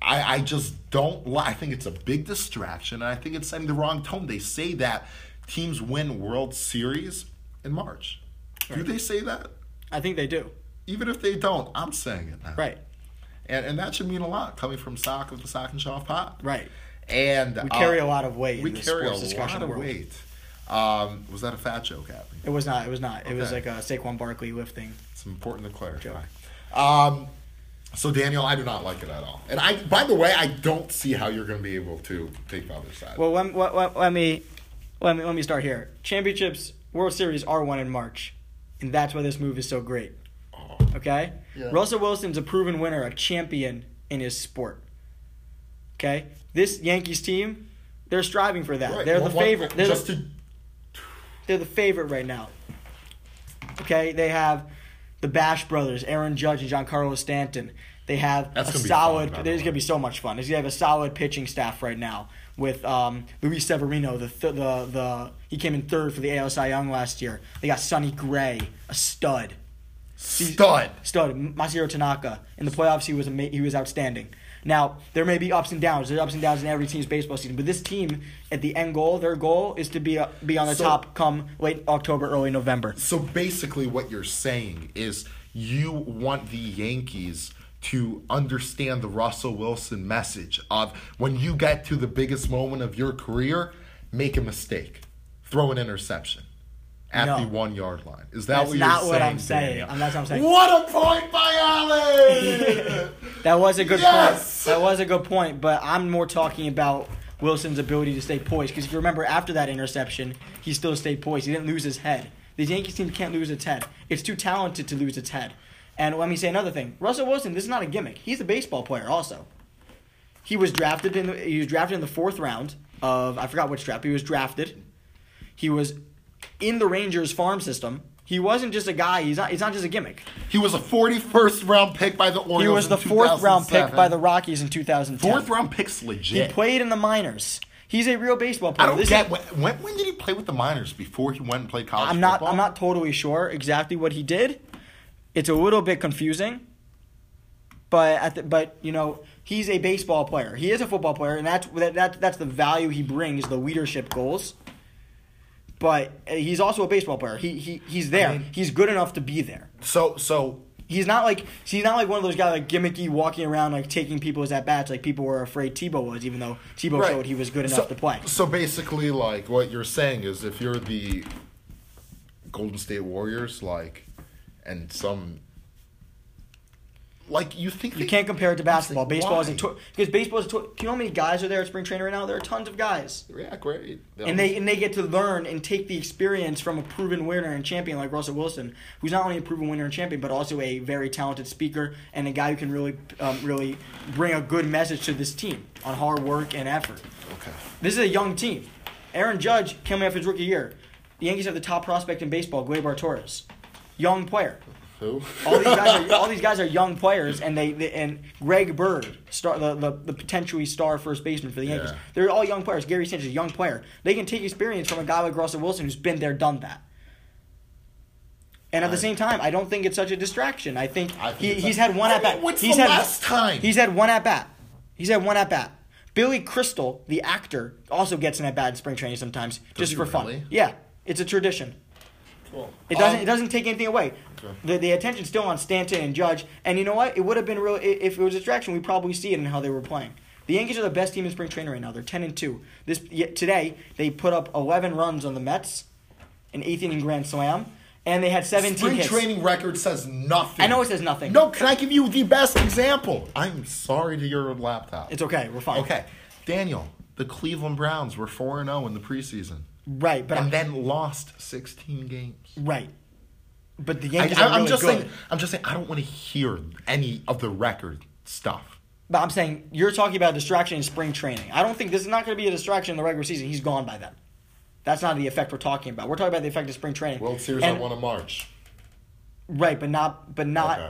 B: I I just don't. li- I think it's a big distraction, and I think it's setting the wrong tone. They say that teams win World Series in March. Do they say that?
A: I think they do.
B: Even if they don't, I'm saying it now.
A: Right.
B: And, and that should mean a lot coming from Sock of the Sock and Shaw Pot.
A: Right.
B: And um,
A: We carry a lot of weight in
B: We
A: the
B: carry a
A: sports discussion
B: lot of
A: world.
B: weight. Um, was that a fat joke, Abby?
A: It was not. It was not. It was
B: Okay.
A: like a Saquon Barkley lifting.
B: It's important to clarify.
A: Joke.
B: Um, so Daniel, I do not like it at all. And I, by the way, I don't see how you're going to be able to take the other side.
A: Well, let, let, let, let me let me let me start here. Championships, World Series are won in March, and that's why this move is so great.
B: Oh.
A: Okay.
B: Yeah.
A: Russell Wilson's a proven winner, a champion in his sport. Okay. This Yankees team, they're striving for that.
B: Right.
A: They're
B: One-
A: the
B: one-
A: favorite. They're
B: just
A: the,
B: to-
A: they're the favorite right now. Okay, they have the Bash brothers, Aaron Judge and Giancarlo Stanton. They have
B: That's
A: a
B: gonna be
A: solid.
B: fun, by the
A: there's
B: way.
A: gonna be so much fun. There's gonna have a solid pitching staff right now with um, Luis Severino. The, th- the the he came in third for the AL Cy Young last year. They got Sonny Gray, a stud,
B: stud.
A: stud Masahiro Tanaka. In the playoffs, he was ama- he was outstanding. Now there may be ups and downs. There's ups and downs in every team's baseball season, but this team, at the end goal, their goal is to be uh, be on the
B: So-
A: top come late October, early November.
B: So basically, what you're saying is you want the Yankees to understand the Russell Wilson message of when you get to the biggest moment of your career, make a mistake, throw an interception at
A: No.
B: the one yard line. Is that
A: That's
B: what you're
A: not
B: saying?
A: what I'm saying.
B: Daniel?
A: Um, that's what I'm saying.
B: What a point by Allen!
A: That was a good
B: Yes!
A: point. That was a good point, but I'm more talking about Wilson's ability to stay poised. Because if you remember, after that interception, he still stayed poised. He didn't lose his head. The Yankees team can't lose its head. It's too talented to lose its head. And let me say another thing. Russell Wilson, this is not a gimmick. He's a baseball player also. He was drafted in the, he was drafted in the fourth round of I forgot which draft. He was drafted. He was in the Rangers farm system. He wasn't just a guy. He's not. He's not just a gimmick.
B: he was a 41st round pick by the Orioles.
A: He was
B: in
A: the fourth round pick
B: 2007.
A: by the Rockies in 2010.
B: fourth round pick's
A: He
B: legit.
A: played in the minors. He's a real baseball player.
B: I don't
A: This
B: get
A: is-
B: when, when, when did he play with the minors before he went and played college
A: I'm not.
B: football?
A: I'm not totally sure exactly what he did. It's a little bit confusing, but at the, but you know he's a baseball player. He is a football player, and that's that, that that's the value he brings, the leadership goals. But uh, he's also a baseball player. He he he's there.
B: mean-
A: he's good enough to be there.
B: So so
A: He's not like he's not like one of those guys like gimmicky walking around like taking people's at bats like people were afraid Tebow was, even though Tebow showed he was good enough
B: So-
A: to play.
B: So basically, like what you're saying is, if you're the Golden State Warriors, like, and some, like you think
A: You
B: they-
A: can't compare it to basketball.
B: Why?
A: Baseball is a tw- because baseball is a tw- Do you know how many guys are there at spring training right now? There are tons of guys,
B: yeah, great.
A: and they and they get to learn and take the experience from a proven winner and champion like Russell Wilson, who's not only a proven winner and champion, but also a very talented speaker and a guy who can really um, really bring a good message to this team on hard work and effort.
B: okay.
A: This is a young team. Aaron Judge coming off his rookie year. The Yankees have the top prospect in baseball, Gleyber Torres, young player.
B: Who?
A: All these guys are all these guys are young players, and they, they and Greg Bird, star, the, the the potentially star first baseman for the Yankees.
B: Yeah.
A: They're all young players. Gary Sanchez, young player. They can take experience from a guy like Russell Wilson, who's been there, done that. And at the
B: I-
A: same time, I don't think it's such a distraction. I think,
B: I think
A: he,
B: it's
A: he's
B: a-
A: had one
B: I
A: at
B: mean,
A: bat.
B: when's
A: he's
B: the
A: had
B: last time?
A: He's had one at bat. He's had one at bat. Billy Crystal, the actor, also gets an at bat in spring training sometimes, just
B: he
A: for
B: really?
A: fun. Yeah, it's a tradition. It
B: Um,
A: doesn't. it doesn't take anything away.
B: Okay.
A: The the attention's still on Stanton and Judge, and you know what? It would have been real i- if it was a distraction. We probably see it in how they were playing. The Yankees are the best team in spring training right now. They're ten and two. This yet today they put up eleven runs on the Mets, an eighth inning grand slam, and they had seventeen
B: Oh, Spring
A: hits.
B: training record says nothing.
A: I know it says nothing.
B: No, can I give you the best example? I'm sorry to your laptop.
A: It's okay. We're fine.
B: okay, Daniel. The Cleveland Browns were four and zero in the preseason.
A: Right, but
B: and
A: I'm,
B: then lost 16 games.
A: right. But the
B: I,
A: Yankees are
B: am
A: really
B: just
A: good.
B: saying. I'm just saying. I don't want to hear any of the record stuff.
A: but I'm saying you're talking about distraction in spring training. I don't think this is not going to be a distraction in the regular season. He's gone by then. That's not the effect we're talking about. We're talking about the effect of spring training. And-
B: of March.
A: Right, but not but not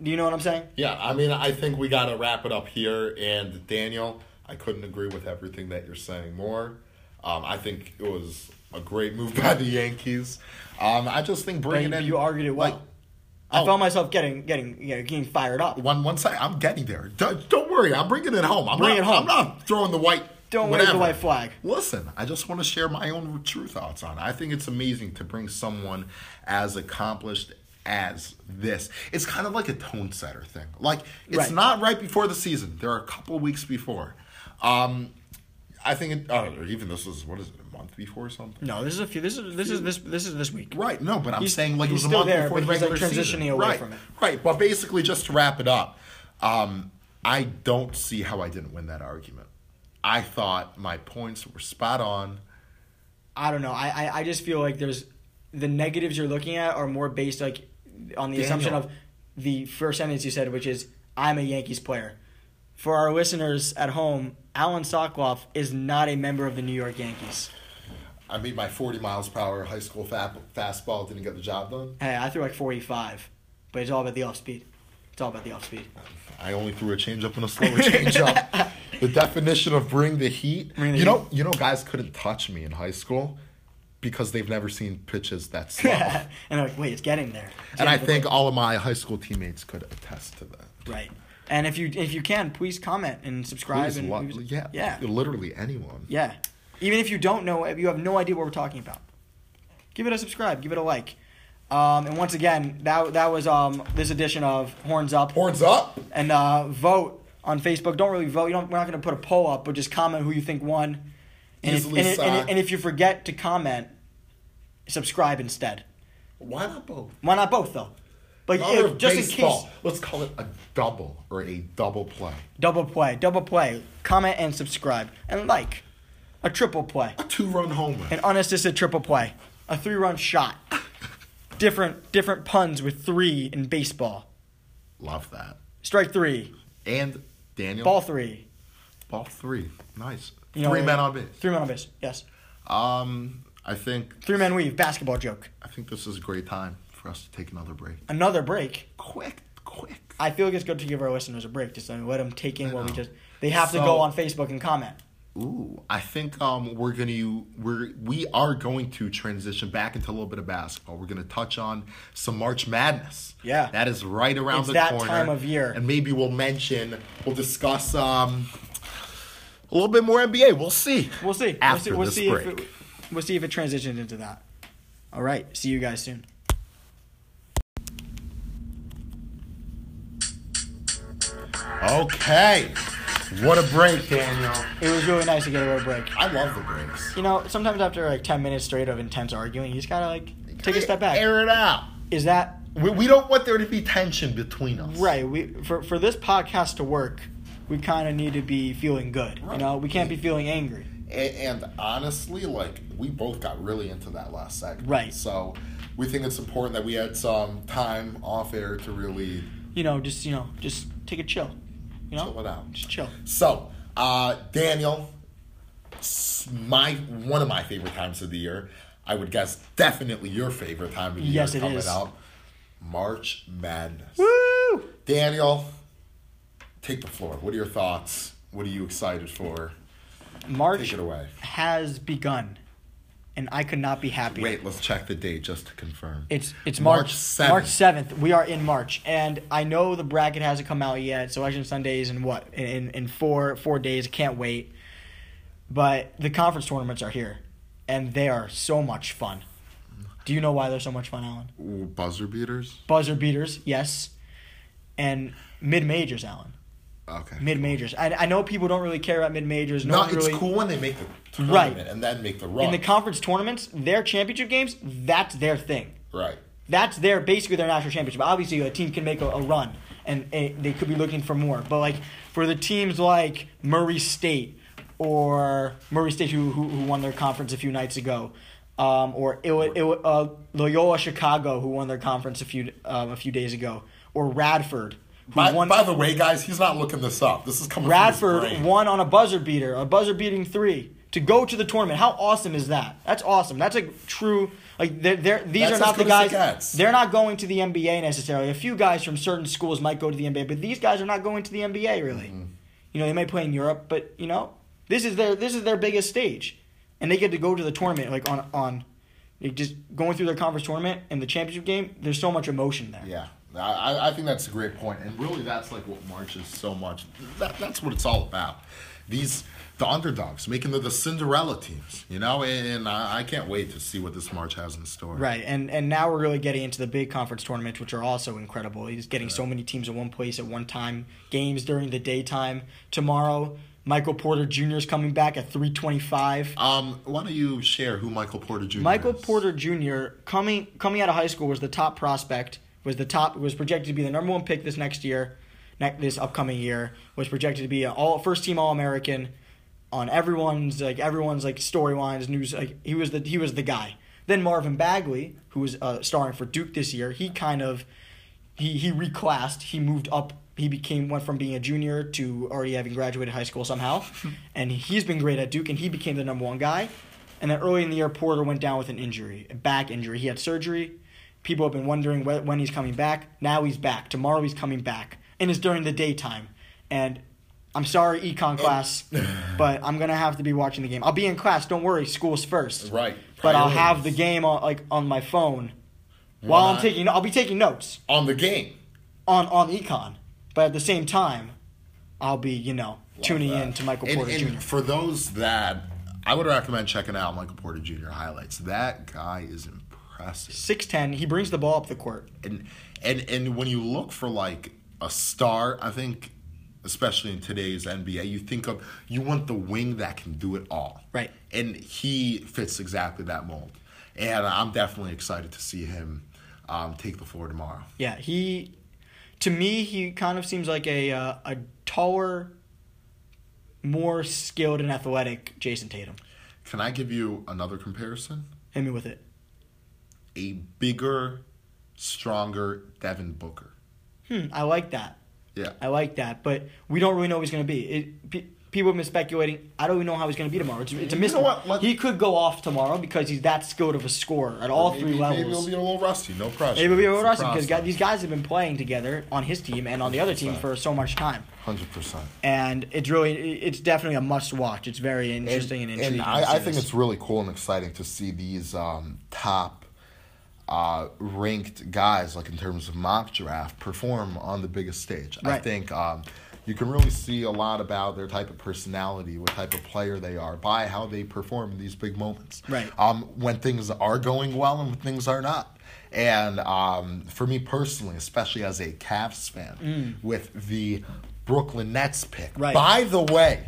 A: Do you know what I'm saying?
B: Yeah, I mean, I think we got to wrap it up here. And Daniel, I couldn't agree with everything that you're saying more. Um, I think it was a great move by the Yankees. Um, I just think bringing
A: But
B: in
A: you argued it well.
B: like, oh.
A: I felt myself getting getting you know, getting fired up.
B: One one side, I'm getting there. Don't, don't worry, I'm bringing it home. I'm
A: Bring
B: not,
A: it home.
B: I'm not throwing the white.
A: Don't
B: whatever.
A: wave the white flag.
B: Listen, I just want to share my own true thoughts on it. I think it's amazing to bring someone as accomplished as this. It's kind of like a tone setter thing. Like it's
A: Right.
B: not right before the season. There are a couple weeks before. Um, I think it. Oh, even this is what is it? A month before or something.
A: No, this is a few. This is this is this this is this week.
B: Right. No, but I'm
A: He's-
B: saying like it
A: he's
B: was a
A: still
B: month
A: there,
B: before
A: but
B: the
A: he's, like,
B: regular season.
A: transitioning away
B: right.
A: from it.
B: Right. But basically, just to wrap it up, um, I don't see how I didn't win that argument. I thought my points were spot on.
A: I don't know. I, I I just feel like there's the negatives you're looking at are more based like on the assumption of
B: Daniel.
A: the first sentence you said, which is I'm a Yankees player. For our listeners at home, Alan Sokoloff is not a member of the New York Yankees.
B: I mean, my 40 miles per hour high school fa- fastball didn't get the job done.
A: Hey, I threw like 45, but it's all about the off speed. It's all about the off speed.
B: I only threw a changeup and a slower changeup. The definition of bring the heat.
A: Bring the
B: you know,
A: heat.
B: you know, guys couldn't touch me in high school because they've never seen pitches that slow.
A: and I'm like, wait, it's getting there. It's
B: and I
A: getting to the
B: think all of my high school teammates could attest to that.
A: point. right. And if you if you can, please comment and subscribe
B: Please,
A: and
B: lo- yeah,
A: yeah,
B: literally anyone.
A: yeah. Even if you don't know, if you have no idea what we're talking about, give it a subscribe, give it a like. Um, and once again, that that was um, this edition of Horns Up.
B: Horns up.
A: and uh, vote on Facebook. Don't really vote. You don't, we're not going to put a poll up, but just comment who you think won. And if,
B: Easily
A: and, if- and, if-
B: saw.
A: and if you forget to comment, subscribe instead.
B: Why not both?
A: Why not both though? But
B: Another
A: if, just in
B: baseball.
A: case,
B: Let's call it a double or a double play.
A: double play, double play, comment and subscribe and like a triple play,
B: A two-run homer.
A: an unassisted triple play, a three-run shot. different different puns with three in baseball.
B: Love that.
A: Strike three,
B: And Daniel.
A: ball three.
B: Ball three. Nice.
A: You know,
B: three men on base.
A: Three men on base. Yes.
B: Um, I think
A: Three men weave basketball joke.
B: I think this is a great time for us to take another break.
A: Another break.
B: Quick, quick.
A: I feel like it's good to give our listeners a break. Just I mean, let them take in what we
B: know.
A: just. They have to
B: So-
A: go on Facebook and comment.
B: Ooh, I think um we're gonna we're we are going to transition back into a little bit of basketball. We're gonna touch on some March Madness.
A: Yeah.
B: that is right around
A: It's
B: the
A: that
B: corner.
A: time of year.
B: and maybe we'll mention we'll discuss um a little bit more NBA. We'll see.
A: We'll see.
B: after
A: we'll
B: this
A: see, we'll see
B: break.
A: if it, we'll see if it transitions into that. All right. See you guys soon.
B: Okay, what a break, Daniel.
A: It was really nice to get a little break.
B: I love the breaks.
A: You know, sometimes after like ten minutes straight of intense arguing, you just gotta like take a step back.
B: Air it out.
A: Is that
B: We, we don't want there to be tension between us.
A: right? We for for this podcast to work, we kind of need to be feeling good. You
B: Right.
A: know, we can't be feeling angry.
B: And, and honestly, like we both got really into that last segment.
A: Right.
B: So we think it's important that we had some time off air to really
A: You know, just you know, just take a chill. You know,
B: chill it out.
A: just chill.
B: So, uh, Daniel, s- my one of my favorite times of the year. I would guess definitely your favorite time of the
A: Yes,
B: year
A: it
B: coming
A: is.
B: up. March Madness.
A: Woo!
B: Daniel, take the floor. What are your thoughts? What are you excited for?
A: March
B: Take it away.
A: has begun, and I could not be happier.
B: Wait, let's check the date just to confirm.
A: It's it's
B: March
A: March
B: 7th.
A: March seventh. We are in March, and I know the bracket hasn't come out yet. Selection Sunday is in what in in, in four four days. Can't wait. But the conference tournaments are here, and they are so much fun. Do you know why they're so much fun, Alan?
B: Ooh, buzzer beaters.
A: Buzzer beaters, yes, and mid majors, Alan.
B: Okay.
A: Mid majors. I, I know people don't really care about mid majors. No,
B: no,
A: one
B: it's
A: really,
B: cool when they make the tournament
A: Right.
B: and then make the run.
A: In the conference tournaments, their championship games, that's their thing.
B: right.
A: that's their basically their national championship. Obviously, a team can make a, a run, and eh, they could be looking for more. But like for the teams like Murray State or Murray State, who who, who won their conference a few nights ago, um, or Ill, Ill, uh, Loyola Chicago, who won their conference a few um, a few days ago, or Radford, who
B: By,
A: won
B: by the way, guys, he's not looking this up. This is coming. from his
A: Radford
B: brain.
A: won on a buzzer beater, a buzzer beating three to go to the tournament. How awesome is that? That's awesome. That's a true like they're, they're, these
B: That's
A: are not
B: as
A: the
B: good as it
A: guys.
B: gets.
A: They're not going to the NBA necessarily. A few guys from certain schools might go to the NBA, but these guys are not going to the NBA really.
B: Mm-hmm.
A: You know, they may play in Europe, but you know, this is their this is their biggest stage, and they get to go to the tournament like on on. like, Just going through their conference tournament and the championship game, there's so much emotion there.
B: Yeah, I- I, I think that's a great point, and really that's like what March is so much. That, that's what it's all about. These the underdogs making the, the Cinderella teams, you know, and, and I, I can't wait to see what this March has in store.
A: Right, and and now we're really getting into the big conference tournaments, which are also incredible. He's getting so many teams in one place at one time. Games during the daytime. Tomorrow, Michael Porter Jr. is coming back at three twenty-five.
B: Um, why don't you share who Michael Porter Jr.
A: Michael
B: is?
A: Porter Jr. coming coming out of high school was the top prospect. Was the top was projected to be the number one pick this next year, next this upcoming year. Was projected to be an all first team All American, on everyone's like everyone's like storylines news. Like he was the he was the guy. Then Marvin Bagley, who was uh, starring for Duke this year, he kind of he he reclassed. He moved up. He became went from being a junior to already having graduated high school somehow, and he's been great at Duke. And he became the number one guy. And then early in the year, Porter went down with an injury, a back injury. He had surgery. People have been wondering wh- when he's coming back. Now he's back. Tomorrow he's coming back, and it's during the daytime. And I'm sorry, econ class, but I'm gonna have to be watching the game. I'll be in class. Don't worry, school's first.
B: Right.
A: But I'll have the
B: Priorities.
A: game on like on my phone while I'm
B: not?
A: taking. I'll be taking notes
B: on the game.
A: on on econ, but at the same time, I'll be you know tuning in to Michael
B: And-
A: Porter
B: and
A: Jr.
B: For those that I would recommend checking out Michael Porter Jr. highlights. That guy is impressive.
A: Six ten, he brings the ball up the court.
B: and and and when you look for like a star, I think especially in today's NBA, you think of you want the wing that can do it all.
A: Right.
B: And he fits exactly that mold. And I'm definitely excited to see him um, take the floor tomorrow.
A: Yeah, he to me he kind of seems like a uh, a taller, more skilled and athletic Jason Tatum.
B: Can I give you another comparison?
A: Hit me with it.
B: A bigger, stronger Devin Booker.
A: Hmm, I like that.
B: Yeah.
A: I like that, but we don't really know who he's going to be. It, pe- people have been speculating. I don't even know how he's going to be tomorrow. It's, it's a
B: You know
A: mystery.
B: what? Let-
A: he could go off tomorrow because he's that skilled of a scorer at all
B: Maybe-
A: three levels.
B: Maybe it'll be a little rusty. No pressure.
A: It would be a
B: It's
A: little awesome because
B: process.
A: guys, these guys have been playing together on his team and on the other team
B: 100%.
A: for so much time,
B: 100%.
A: and it's really, it's definitely a must watch. It's very interesting and, intriguing. to
B: I,
A: see
B: I think
A: this.
B: it's really cool and exciting to see these um, top uh, ranked guys, like in terms of mock draft, perform on the biggest stage. I
A: Right.
B: think um, you can really see a lot about their type of personality, what type of player they are, by how they perform in these big moments.
A: Right.
B: Um, when things are going well and when things are not. And um, for me personally, especially as a Cavs fan, with the Brooklyn Nets pick.
A: Right.
B: By the way,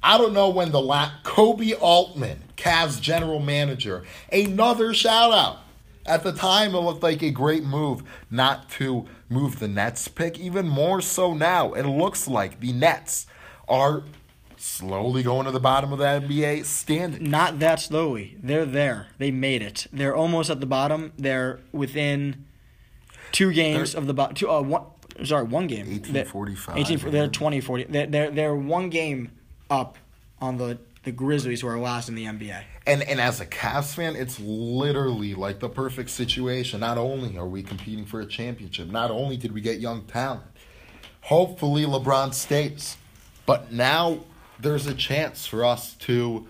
B: I don't know when the last Kobe Altman, Cavs general manager, another shout out. At the time, it looked like a great move not to move the Nets pick. Even more so now, it looks like the Nets are slowly going to the bottom of the NBA standing.
A: not that slowly. They're there. They made it. They're almost at the bottom. They're within two games of the bottom. Two, uh, one, sorry, one game.
B: 1845,
A: 18,
B: man.
A: they're 20 40. They're, they're, they're one game up on the, the Grizzlies, who are last in the NBA.
B: And and as a Cavs fan, it's literally like the perfect situation. Not only are we competing for a championship, not only did we get young talent, hopefully LeBron stays, but now there's a chance for us to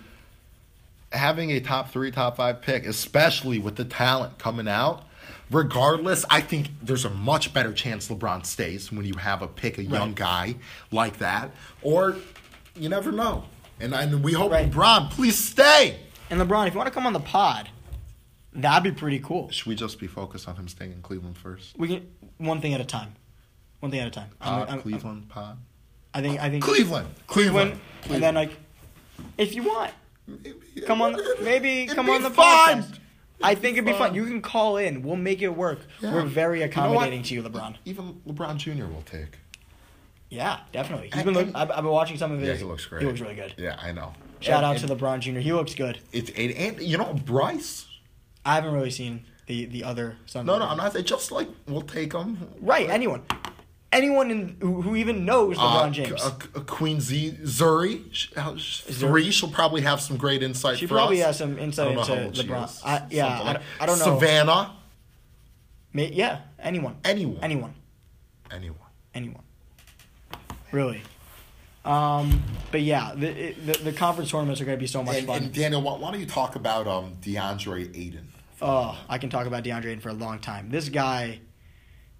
B: having a top three, top five pick, especially with the talent coming out. Regardless, I think there's a much better chance LeBron stays when you have a pick a young guy like that, or you never know. And I, and we hope
A: Right.
B: LeBron, please stay.
A: And LeBron, if you want to come on the pod, that'd be pretty cool.
B: Should we just be focused on him staying in Cleveland first?
A: We can one thing at a time. One thing at a time. I'm-
B: Uh,
A: I'm-
B: Cleveland pod.
A: I think. I think.
B: Cleveland.
A: Cleveland. And then like, if you want, come on. Maybe
B: It'd
A: come
B: be
A: on the
B: fun.
A: podcast. I think it'd be fun.
B: fun.
A: You can call in. We'll make it work.
B: Yeah.
A: We're very
B: You know what?
A: accommodating to you, LeBron.
B: Even LeBron Jr. will take.
A: Yeah, definitely. He's
B: And-
A: been. Look,
B: and-
A: I've, I've been watching some of his.
B: Yeah, he looks great.
A: He looks really good.
B: Yeah, I know.
A: Shout
B: And-
A: out
B: and
A: to LeBron Jr. He looks good.
B: It's and, and you know Bryce.
A: I haven't really seen the the other. Son
B: No, no, I'm not. saying Just like we'll take him.
A: Right, anyone. anyone in, who, who even knows LeBron
B: Uh,
A: James.
B: Q- uh, Queen Z Zuri sh- how- sh- three. She'll probably have some great insight.
A: She
B: for
A: probably
B: us.
A: has some insight
B: I don't know
A: into
B: how old she
A: LeBron.
B: is.
A: I- yeah,
B: Something
A: I
B: like-
A: don't- I don't know.
B: Savannah,
A: Ma- yeah, anyone.
B: Anyone.
A: Anyone.
B: anyone.
A: Anyone. Really. Um, but yeah, the, it- the the conference tournaments are going to be so much
B: And,
A: fun.
B: and Daniel, why, why don't you talk about um, DeAndre Aiden?
A: Oh, I can talk about DeAndre Ayton for a long time. This guy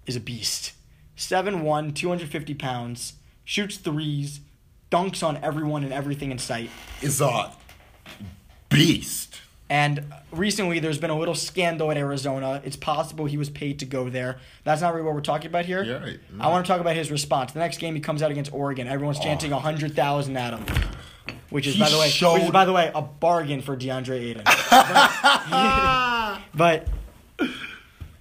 A: is a beast. 7'1, 250 pounds, shoots threes, dunks on everyone and everything in sight.
B: Is a beast.
A: And recently, there's been a little scandal in Arizona. It's possible he was paid to go there. That's not really what we're talking about here.
B: Yeah, right.
A: I want to talk about his response. The next game, he comes out against Oregon. Everyone's chanting 100,000 at him. Which is,
B: Oh.
A: by
B: He
A: the way, which is,
B: showed-
A: by the way, a bargain for DeAndre Aiden. but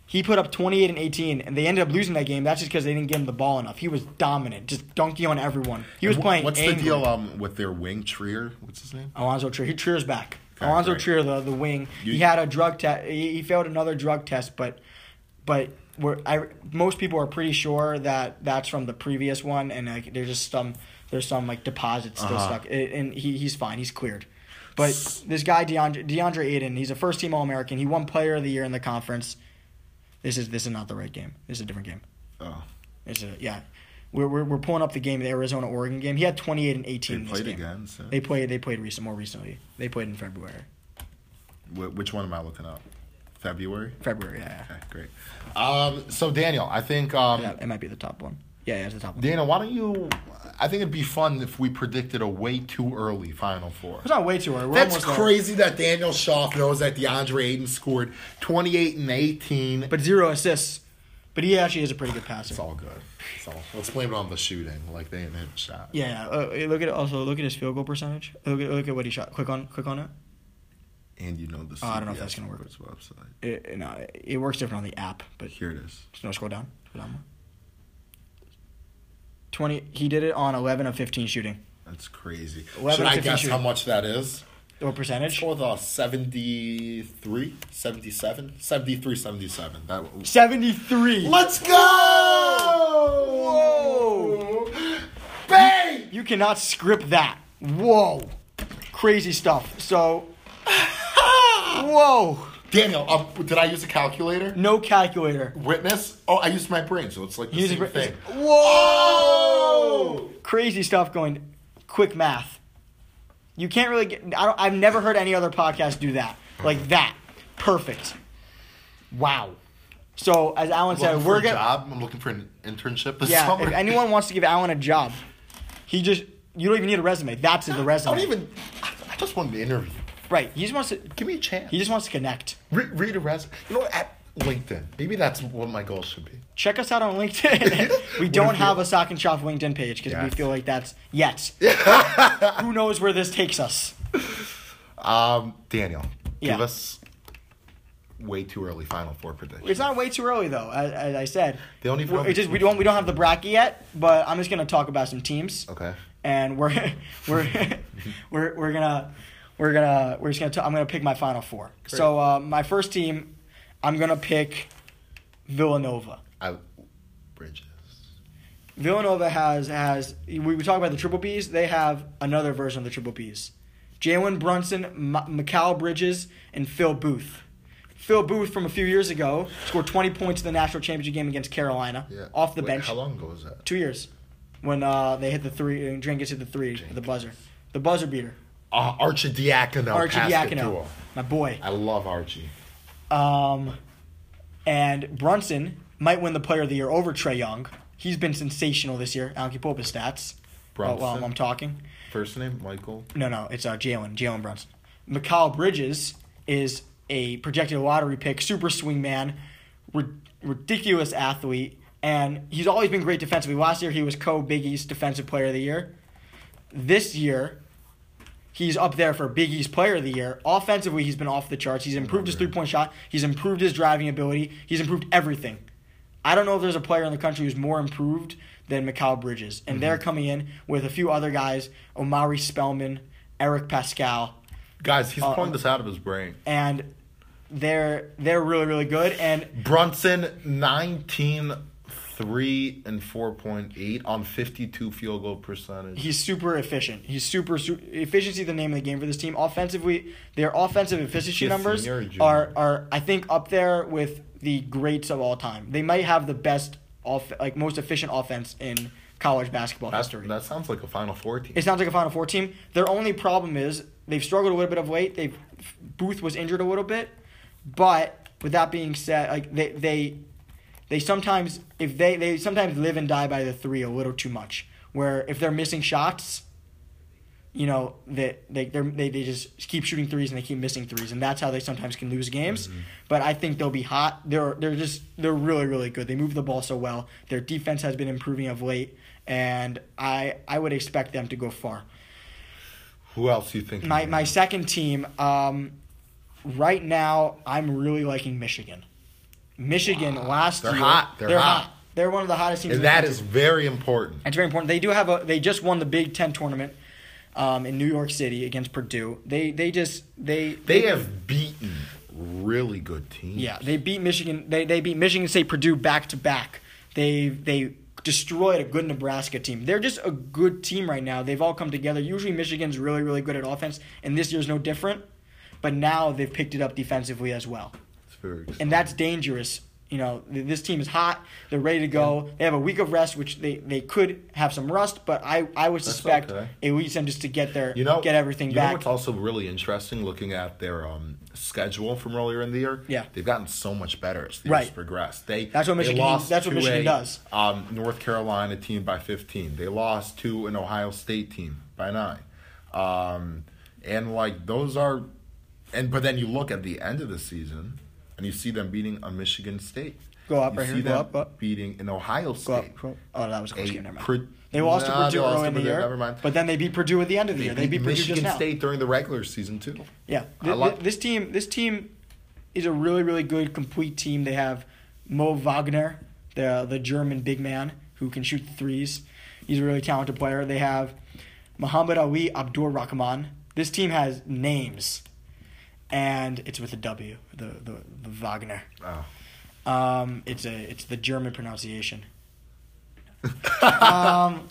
A: he put up 28 and 18, and they ended up losing that game. That's just because they didn't give him the ball enough. He was dominant, just dunking on everyone. He was
B: Wh-
A: playing.
B: What's the
A: angry.
B: deal um, with their wing Trier? What's his name?
A: Alonzo Trier. He Trier's back.
B: Okay,
A: Alonzo
B: great.
A: Trier, the the wing, he
B: You-
A: had a drug test. He, he failed another drug test, but but we're, I most people are pretty sure that that's from the previous one, and like there's just some there's some like deposits still
B: Uh-huh.
A: stuck, A- and he he's fine. He's cleared. But this guy DeAndre DeAndre Aiden, he's a first team All American. He won Player of the Year in the conference. This is this is not the right game. This is a different game.
B: Oh,
A: It's a yeah. We're, we're, we're pulling up the game, the Arizona Oregon game. He had twenty eight and
B: they
A: eighteen. in this
B: played
A: game.
B: again. So.
A: They played. They played recent, more recently. They played in February.
B: Wh- which one am I looking up? February.
A: February. Yeah, yeah.
B: Okay, great. Um, so Daniel, I think um,
A: yeah it might be the top one. Yeah, yeah, it's the top one.
B: Dana, why don't you? I think it'd be fun if we predicted a way too early Final Four.
A: It's not way too early. We're
B: That's
A: almost there.
B: crazy that Daniel Schaaf knows that DeAndre Aiden scored 28 and 18. But
A: But zero assists. But he actually is a pretty good passer.
B: it's all good. It's all, let's blame it on the shooting. Like they didn't hit a shot.
A: Yeah. yeah. Uh, look at also look at his field goal percentage. Look at, look at what he shot. Click on click on it.
B: And you know the.
A: Oh, I don't know if
B: CBS
A: that's gonna work.
B: Sports Website.
A: It, it- no, it works different on the app. But
B: Here it is.
A: no, scroll down. Scroll down more. Twenty. He did it on eleven of fifteen shooting.
B: That's crazy.
A: 11
B: Should I
A: to
B: guess
A: feature.
B: how much that is?
A: Or percentage.
B: Go with a 73, 77, 73, 77. That,
A: Seventy three.
B: let's go!
A: Whoa!
B: Bang!
A: You cannot script that. Whoa. Crazy stuff. So. Whoa.
B: Daniel, um, did I use a calculator?
A: No calculator.
B: Witness? Oh, I used my brain, so it's like the
A: Use
B: same
A: a br-
B: thing. Oh!
A: Whoa. Crazy stuff going. Quick math. You can't really get. I don't, I've never heard any other podcast do that. Like that. Perfect. Wow. So, as Alan
B: I'm
A: said,
B: looking for
A: we're
B: a
A: going to.
B: job. I'm looking for an internship this
A: Yeah,
B: summer.
A: if anyone wants to give Alan a job, he just. You don't even need a resume. That's the
B: I
A: resume.
B: don't even. I I just wanted to interview.
A: Right. He just wants to.
B: Give me a chance.
A: He just wants to connect.
B: Re- read a resume. You know, what? at LinkedIn. Maybe that's what my goal should be.
A: check us out on LinkedIn. we don't
B: if you-
A: have a Sock and Shop LinkedIn page because we
B: Yes.
A: feel like that's yet. Who knows where this takes us?
B: Um, Daniel, give
A: Yeah.
B: us way too early Final Four prediction.
A: It's not way too early though, as, as I said.
B: They only
A: We're-
B: probably-
A: it's just we don't we don't have the bracket yet, but I'm just gonna talk about some teams.
B: Okay.
A: And we're we're we're we're gonna we're gonna we're just gonna i am I'm gonna pick my final four. So uh, my first team, I'm gonna pick Villanova.
B: I, Bridges.
A: Villanova has has we, we talk about the triple Bs. They have another version of the triple Bs: Jalen Brunson, M- Mikal Bridges, and Phil Booth. Phil Booth from a few years ago scored 20 points in the national championship game against Carolina
B: Yeah.
A: off the
B: Wait,
A: bench.
B: How long ago was that?
A: Two years when uh, they hit the three and Jenkins hit the three with the buzzer, the buzzer beater.
B: Uh, Archie Diacono.
A: Archie
B: passed it to
A: Diacono,
B: him.
A: my boy.
B: I love Archie.
A: Um, and Brunson might win the Player of the Year over Trey Young. He's been sensational this year. Alan, can you pull up his stats while- while
B: Brunson?
A: I'm talking?
B: First name Michael.
A: No, no, it's uh, Jalen Jalen Brunson. Mikal Bridges is a projected lottery pick, super swing man, ri- ridiculous athlete, and he's always been great defensively. Last year, he was co Big East Defensive Player of the Year. This year, he's up there for Big East Player of the Year. Offensively, he's been off the charts. He's improved his three point shot. He's improved his driving ability. He's improved everything. I don't know if there's a player in the country who's more improved than Mikal Bridges. And they're coming in with a few other guys Omari Spellman, Eric Pascal,
B: Guys, he's
A: Uh,
B: pulling this out of his brain.
A: and they're they're really, really good. And
B: Brunson, 19 three and four point eight on fifty two field goal percentage.
A: He's super efficient. He's super, su efficiency. The name of the game for this team. Offensively, their offensive efficiency
B: Is he a
A: numbers
B: senior or junior?
A: are are I think up there with the greats of all time. They might have the best off like most efficient offense in college basketball
B: That,
A: history.
B: that sounds like a Final Four team.
A: It sounds like a Final Four team. Their only problem is they've struggled a little bit of late. They have Booth was injured a little bit, but with that being said, like they they they sometimes if they they sometimes live and die by the three a little too much. Where if they're missing shots, you know that they they're, they they just keep shooting threes and they keep missing threes, and that's how they sometimes can lose games.
B: Mm-hmm.
A: But I think they'll be hot. They're they're just they're really really good. They move the ball so well. Their defense has been improving of late, and I I would expect them to go far.
B: Who else do you think?
A: My my second team, um, right now I'm really liking Michigan. Michigan last
B: They're
A: year
B: hot. They're hot.
A: They're one of the hottest teams. in
B: and
A: the
B: that
A: country.
B: is very important.
A: It's very important. They do have a. They just won the Big Ten tournament, um, in New York City against Purdue. They they just they
B: They have beaten really good teams.
A: yeah they beat Michigan. They they beat Michigan State, Purdue back to back. They they destroyed a good Nebraska team. They're just a good team right now. They've all come together. Usually Michigan's really really good at offense, and this year's no different. But now they've picked it up defensively as well.
B: It's very
A: and that's dangerous. You know, th- this team is hot. They're ready to go. They have a week of rest, which they, they could have some rust, but I, I would suspect
B: okay.
A: it leads them just to get their
B: you know
A: get everything
B: you know
A: back.
B: what's also really interesting looking at their um, schedule from earlier in the year
A: Yeah.
B: they've gotten so much better as the
A: Right.
B: years progressed they
A: That's what
B: they
A: Michigan-
B: lost
A: that's what
B: to
A: Michigan
B: a,
A: does.
B: um, north carolina team by 15 they lost to an ohio state team by 9 um, and like those are and but then you look at the end of the season and you see them beating a michigan state
A: Go up
B: you
A: right
B: see
A: here, go
B: them
A: up, up.
B: beating an ohio state
A: Go up, go up. Oh, that was a close
B: A
A: game. Never mind.
B: Pur-
A: they lost
B: Nah,
A: to
B: they
A: Purdue
B: lost
A: early
B: to
A: in the
B: Purdue,
A: year,
B: never mind.
A: but then they beat Purdue at the end of the year. They beat Purdue
B: Michigan
A: just now.
B: State during the regular season too.
A: Yeah,
B: I
A: Th-
B: like-
A: th- this team. This team is a really, really good, complete team. They have Mo Wagner, the the German big man who can shoot threes. He's a really talented player. They have Muhammad Ali Abdul Rahman. This team has names, and it's with a W. The the, the Wagner.
B: Oh.
A: Um, it's a it's the German pronunciation. um,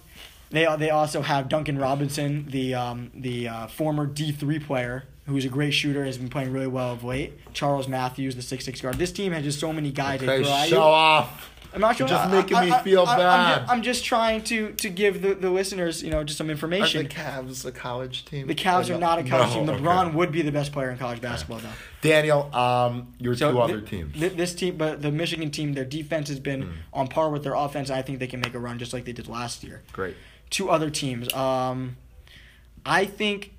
A: they they also have Duncan Robinson, the um, the uh, former D three player who's a great shooter, has been playing really well of late. Charles Matthews, the six six guard. This team has just so many guys. they
B: Okay,
A: throw at
B: show
A: you.
B: off.
A: I'm not sure.
B: You're just
A: I-
B: making
A: I-
B: me
A: I-
B: feel
A: I- I'm
B: bad.
A: ju- I'm just trying to to give the, the listeners you know just some
B: Are
A: information.
B: the Cavs a college team?
A: The Cavs are not a college
B: No,
A: team.
B: okay.
A: LeBron would be the best player in college basketball, though.
B: Daniel, um, your
A: So
B: two
A: thi-
B: other teams. Hmm.
A: thi- this team, but the Michigan team, their defense has been on par with their offense. I think they can make a run just like they did last year.
B: Great.
A: Two other teams. Um, I think.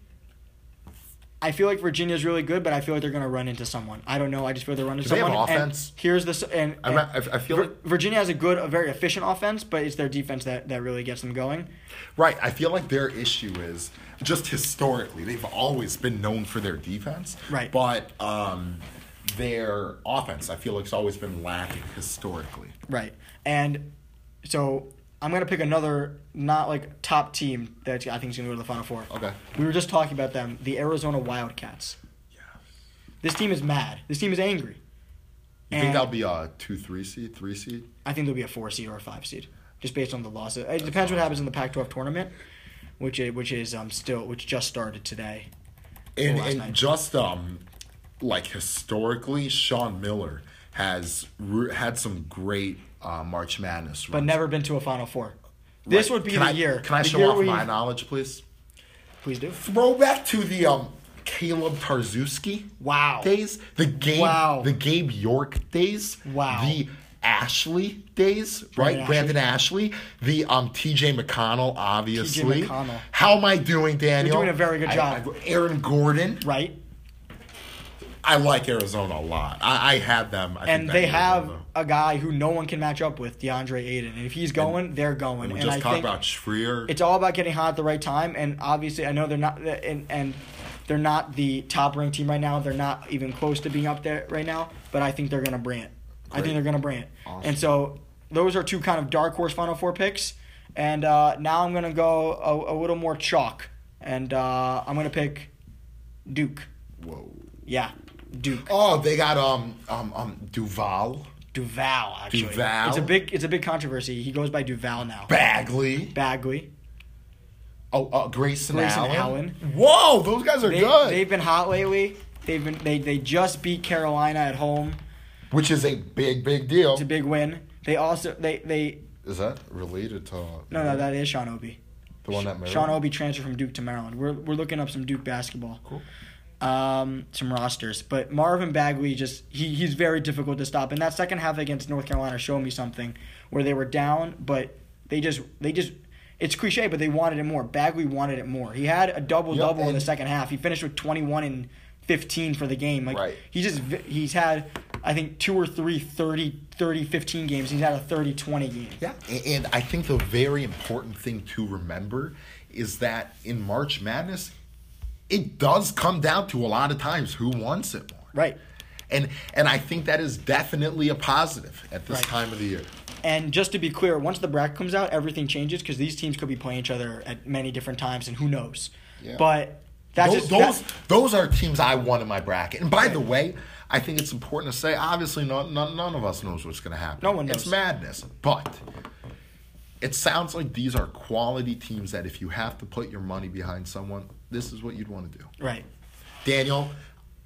A: I feel like Virginia's really good, but I feel like they're going to run into someone. I don't know. I just feel they're running into
B: Do they have
A: someone. and
B: offense?
A: here's the s- and, and
B: I'm not, I, I feel
A: Vir-
B: like
A: Virginia has a good, a very efficient offense, but it's their defense that, that really gets them going.
B: right. I feel like their issue is just historically they've always been known for their defense.
A: Right.
B: But um, their offense, I feel like, has always been lacking historically.
A: Right. And so I'm gonna pick another not like top team that I think is gonna go to the final four.
B: Okay.
A: We were just talking about them, the Arizona Wildcats.
B: Yeah.
A: This team is mad. This team is angry.
B: You think
A: And-
B: that'll be a two, three seed, three seed?
A: I think they'll be a four seed or a five seed, just based on the loss. It depends what happens in the Pac-12 tournament, which is, which is um still which just started today.
B: and,
A: last
B: and
A: night.
B: just um like historically sean miller has re- had some great uh, march madness
A: But
B: runs.
A: never been to a final four. This
B: Right.
A: would be
B: Can
A: the
B: I-
A: year.
B: can i
A: the
B: show
A: year
B: off
A: we-
B: my knowledge please
A: Please do.
B: throwback to the um caleb tarzewski
A: Wow.
B: days the gabe
A: Wow.
B: the gabe york days
A: Wow.
B: the Ashley days, right?
A: Brandon
B: Brandon Ashley, the um TJ McConnell, obviously.
A: McConnell.
B: How am I doing, Daniel?
A: doing a very good
B: I-
A: job.
B: I- Aaron Gordon,
A: Right.
B: I like Arizona a lot. I, I had them. I think
A: and
B: that
A: they
B: year,
A: have
B: though.
A: a guy who no one can match up with, DeAndre Aiden. And if he's going, they're going.
B: We
A: And,
B: just
A: I
B: talked
A: think
B: about Schreer.
A: it's all about getting hot at the right time. And obviously, I know they're not and and they're not the top ranked team right now. They're not even close to being up there right now. But I think they're gonna bring it. I think
B: Great.
A: they're gonna bring it.
B: Awesome.
A: And so those are two kind of dark horse Final Four picks. And uh, now I'm gonna go a, a little more chalk, and uh, I'm gonna pick Duke.
B: Whoa.
A: Yeah, Duke.
B: Oh, they got um um um Duval.
A: Duval actually.
B: Duval?
A: It's a big it's a big controversy. He goes by Duval now.
B: Bagley.
A: Bagley.
B: Oh, uh, Grayson,
A: Grayson
B: Allen.
A: Allen.
B: Whoa, those guys are
A: They,
B: good.
A: They've been hot lately. They've been they, they just beat Carolina at home.
B: Which is a big, big deal.
A: It's a big win. They also they they
B: Is that related to
A: no no that is Sean Obi.
B: the one that married?
A: Sean Obi transferred from Duke to Maryland. We're we're looking up some Duke basketball.
B: Cool.
A: Um, some rosters, but Marvin Bagley just he he's very difficult to stop. In that second half against North Carolina, showed me something where they were down, but they just they just it's cliche, but they wanted it more. Bagley wanted it more. He had a double double in the
B: and-
A: second half. He finished with twenty one and fifteen for the game. Like
B: Right.
A: he just he's had I think two or three 30, 30 15 games. He's had a 30-20 game.
B: Yeah, a- and I think the very important thing to remember is that in March Madness, it does come down to a lot of times who wants it more.
A: Right.
B: And and I think that is definitely a positive at this
A: Right.
B: time of the year.
A: And just to be clear, once the bracket comes out, everything changes because these teams could be playing each other at many different times, and who knows?
B: Yeah.
A: But that's
B: those
A: just,
B: those,
A: that-
B: those are teams I won in my bracket. And by the way, I think it's important to say obviously none, none, none of us knows what's going to happen.
A: No one
B: It's
A: knows.
B: madness. But it sounds like these are quality teams that if you have to put your money behind someone, this is what you'd want to do.
A: right.
B: Daniel,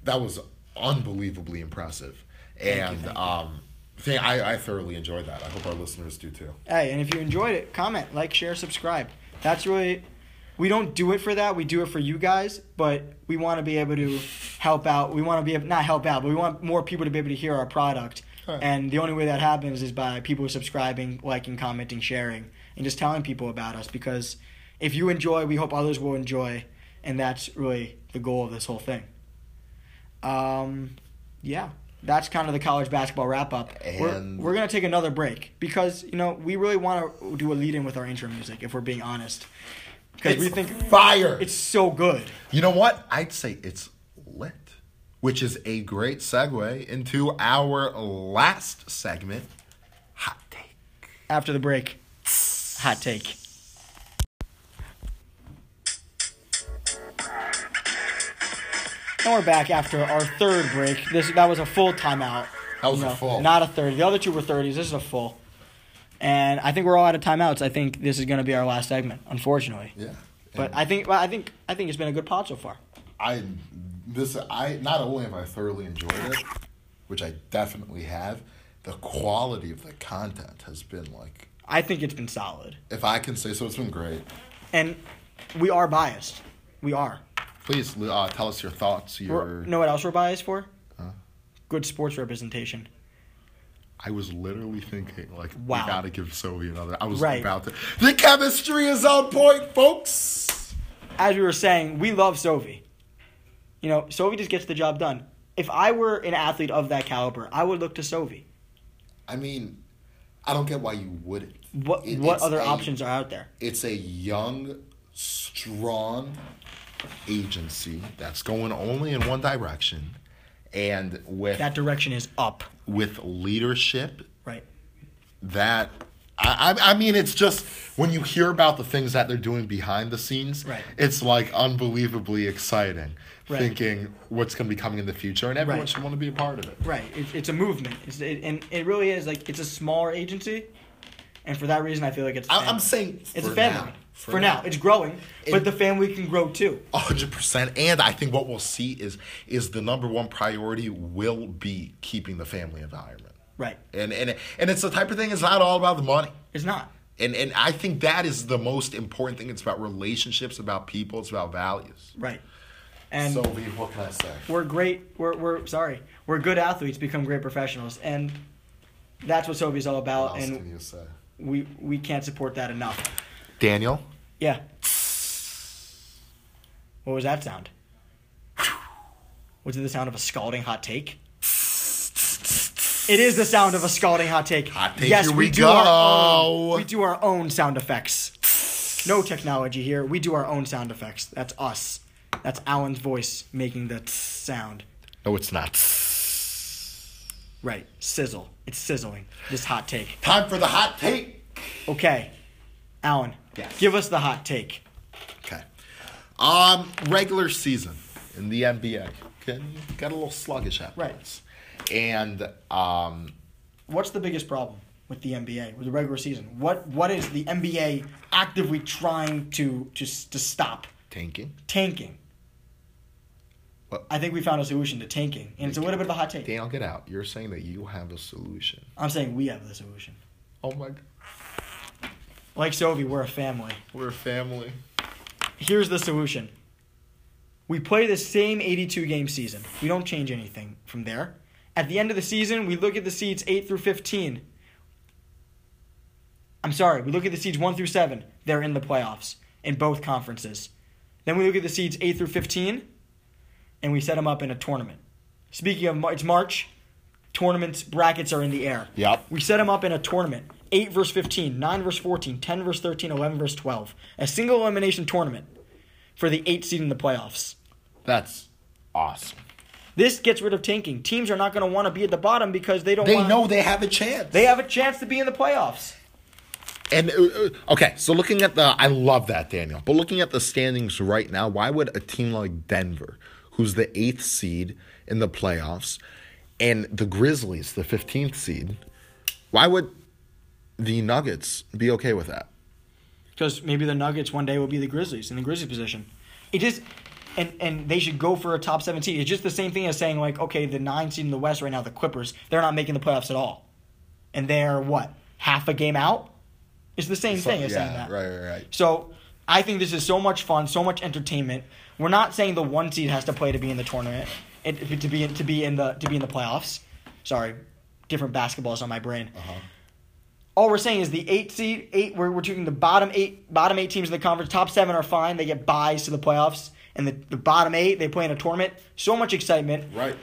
B: that was unbelievably impressive. And um, th- I, I thoroughly enjoyed that. I hope our listeners do too.
A: Hey, and if you enjoyed it, comment, like, share, subscribe. That's really we don't do it for that. We do it for you guys, but we want to be able to help out. We want to be able, not help out, but we want more people to be able to hear our product.
B: Right.
A: And the only way that happens is by people subscribing, liking, commenting, sharing, and just telling people about us. Because if you enjoy, we hope others will enjoy, and that's really the goal of this whole thing. Um, yeah, that's kind of the college basketball wrap up. We're,
B: And-
A: we're gonna take another break because you know we really want to do a lead in with our intro music if we're being honest, because we
B: It's
A: think
B: fire.
A: it's so good.
B: You know what? I'd say it's lit, which is a great segue into our last segment, hot take.
A: After the break, hot take. And we're back after our third break. This that was a full timeout.
B: That was a full.
A: Not a third. The other two were thirties. This is a full. And I think we're all out of timeouts. I think this is going to be our last segment, unfortunately.
B: Yeah.
A: But
B: And
A: I think well, I think I think it's been a good pod so far.
B: I this I not only have I thoroughly enjoyed it, which I definitely have, the quality of the content has been like
A: I think it's been solid.
B: if I can say so, it's been great.
A: And we are biased. We are.
B: Please uh, tell us your thoughts. Your
A: We're, know what else we're biased for? Good sports representation.
B: I was literally thinking, like,
A: Wow.
B: we gotta give Sylvie another. I was
A: Right.
B: about to. The chemistry is on point, folks.
A: As we were saying, we love Sophie. You know, Sophie just gets the job done. If I were an athlete of that caliber, I would look to Sophie.
B: I mean, I don't get why you wouldn't.
A: What
B: It-
A: what
B: it's
A: other
B: a-
A: options are out there?
B: It's a young, strong agency that's going only in one direction, and with
A: That direction is up.
B: with leadership
A: Right.
B: that I, I I mean it's just when you hear about the things that they're doing behind the scenes,
A: Right.
B: it's like unbelievably exciting.
A: Right.
B: Thinking what's going to be coming in the future, and everyone
A: Right.
B: should want to be a part of it.
A: Right. It, it's a movement. It's, it, and it really is like it's a smaller agency, and for that reason, I feel like it's. a
B: I, I'm
A: family.
B: saying
A: It's
B: for
A: a family.
B: now.
A: For, now. it's growing, but
B: It-
A: the family can grow too.
B: A hundred percent. And I think what we'll see is is the number one priority will be keeping the family environment.
A: Right.
B: And and and it's the type of thing. It's not all about the money.
A: It's not.
B: And and I think that is the most important thing. It's about relationships, about people, it's about values.
A: Right. And Uh,
B: so, Lee, what can I say?
A: we're great. We're, we're sorry. We're good athletes become great professionals, and that's what Sobe's all about.
B: What else can
A: And
B: you say?
A: we we can't support that enough.
B: Daniel?
A: Yeah. What was that sound? Was it the sound of a scalding hot take? It is the sound of a scalding hot take.
B: Hot take,
A: Yes,
B: here
A: we,
B: we
A: do our own,
B: go.
A: we do our own sound effects. No technology here. We do our own sound effects. That's us. That's Alan's voice making the tss sound.
B: No, it's not.
A: Right. Sizzle. It's sizzling. This hot take.
B: Time for the hot take.
A: Okay. Alan,
B: Yes.
A: give us the hot take.
B: Okay. Um, regular season in the NBA. Okay. Got a little sluggish at
A: Right.
B: points. And um,
A: what's the biggest problem with the NBA with the regular season? What what is the NBA actively trying to to s- to stop
B: Tanking.
A: tanking?
B: What?
A: I think we found a solution to tanking, and it's a little bit of a hot take.
B: Daniel, get out. You're saying that you have a solution.
A: I'm saying we have the solution.
B: Oh my God.
A: Like Sovi, we're a family.
B: We're a family.
A: Here's the solution. We play the same 82 game season. We don't change anything from there. At the end of the season, we look at the seeds 8 through 15. I'm sorry, we look at the seeds 1 through 7. They're in the playoffs in both conferences. Then we look at the seeds 8 through 15 and we set them up in a tournament. Speaking of Mar- it's March, tournaments brackets are in the air.
B: Yep.
A: We set them up in a tournament 8 versus 15, 9 versus 14, 10 versus 13, 11 versus 12. A single elimination tournament for the 8 seed in the playoffs.
B: That's awesome.
A: This gets rid of tanking. Teams are not going to want to be at the bottom because they don't
B: They
A: wanna-
B: know they have a chance.
A: they have a chance to be in the playoffs.
B: And uh, uh, okay, so looking at the, I love that Daniel. But looking at the standings right now, why would a team like Denver, who's the eighth seed in the playoffs, and the Grizzlies, the fifteenth seed, why would the Nuggets be okay with that?
A: Because maybe the Nuggets one day will be the Grizzlies in the Grizzlies position. It just and and they should go for a top seven seed. It's just the same thing as saying like, okay, the nine seed in the West right now, the Clippers, they're not making the playoffs at all, and they're what half a game out. It's the same thing as saying that.
B: right, right, right.
A: So I think this is so much fun, so much entertainment. We're not saying the one seed has to play to be in the tournament, it, to be in, to be in the to be in the playoffs. Sorry, different basketballs on my brain.
B: Uh-huh.
A: All we're saying is the eight seed, eight. We're we're taking the bottom eight, bottom eight teams in the conference. Top seven are fine; they get buys to the playoffs, and the, the bottom eight they play in a tournament. So much excitement.
B: Right.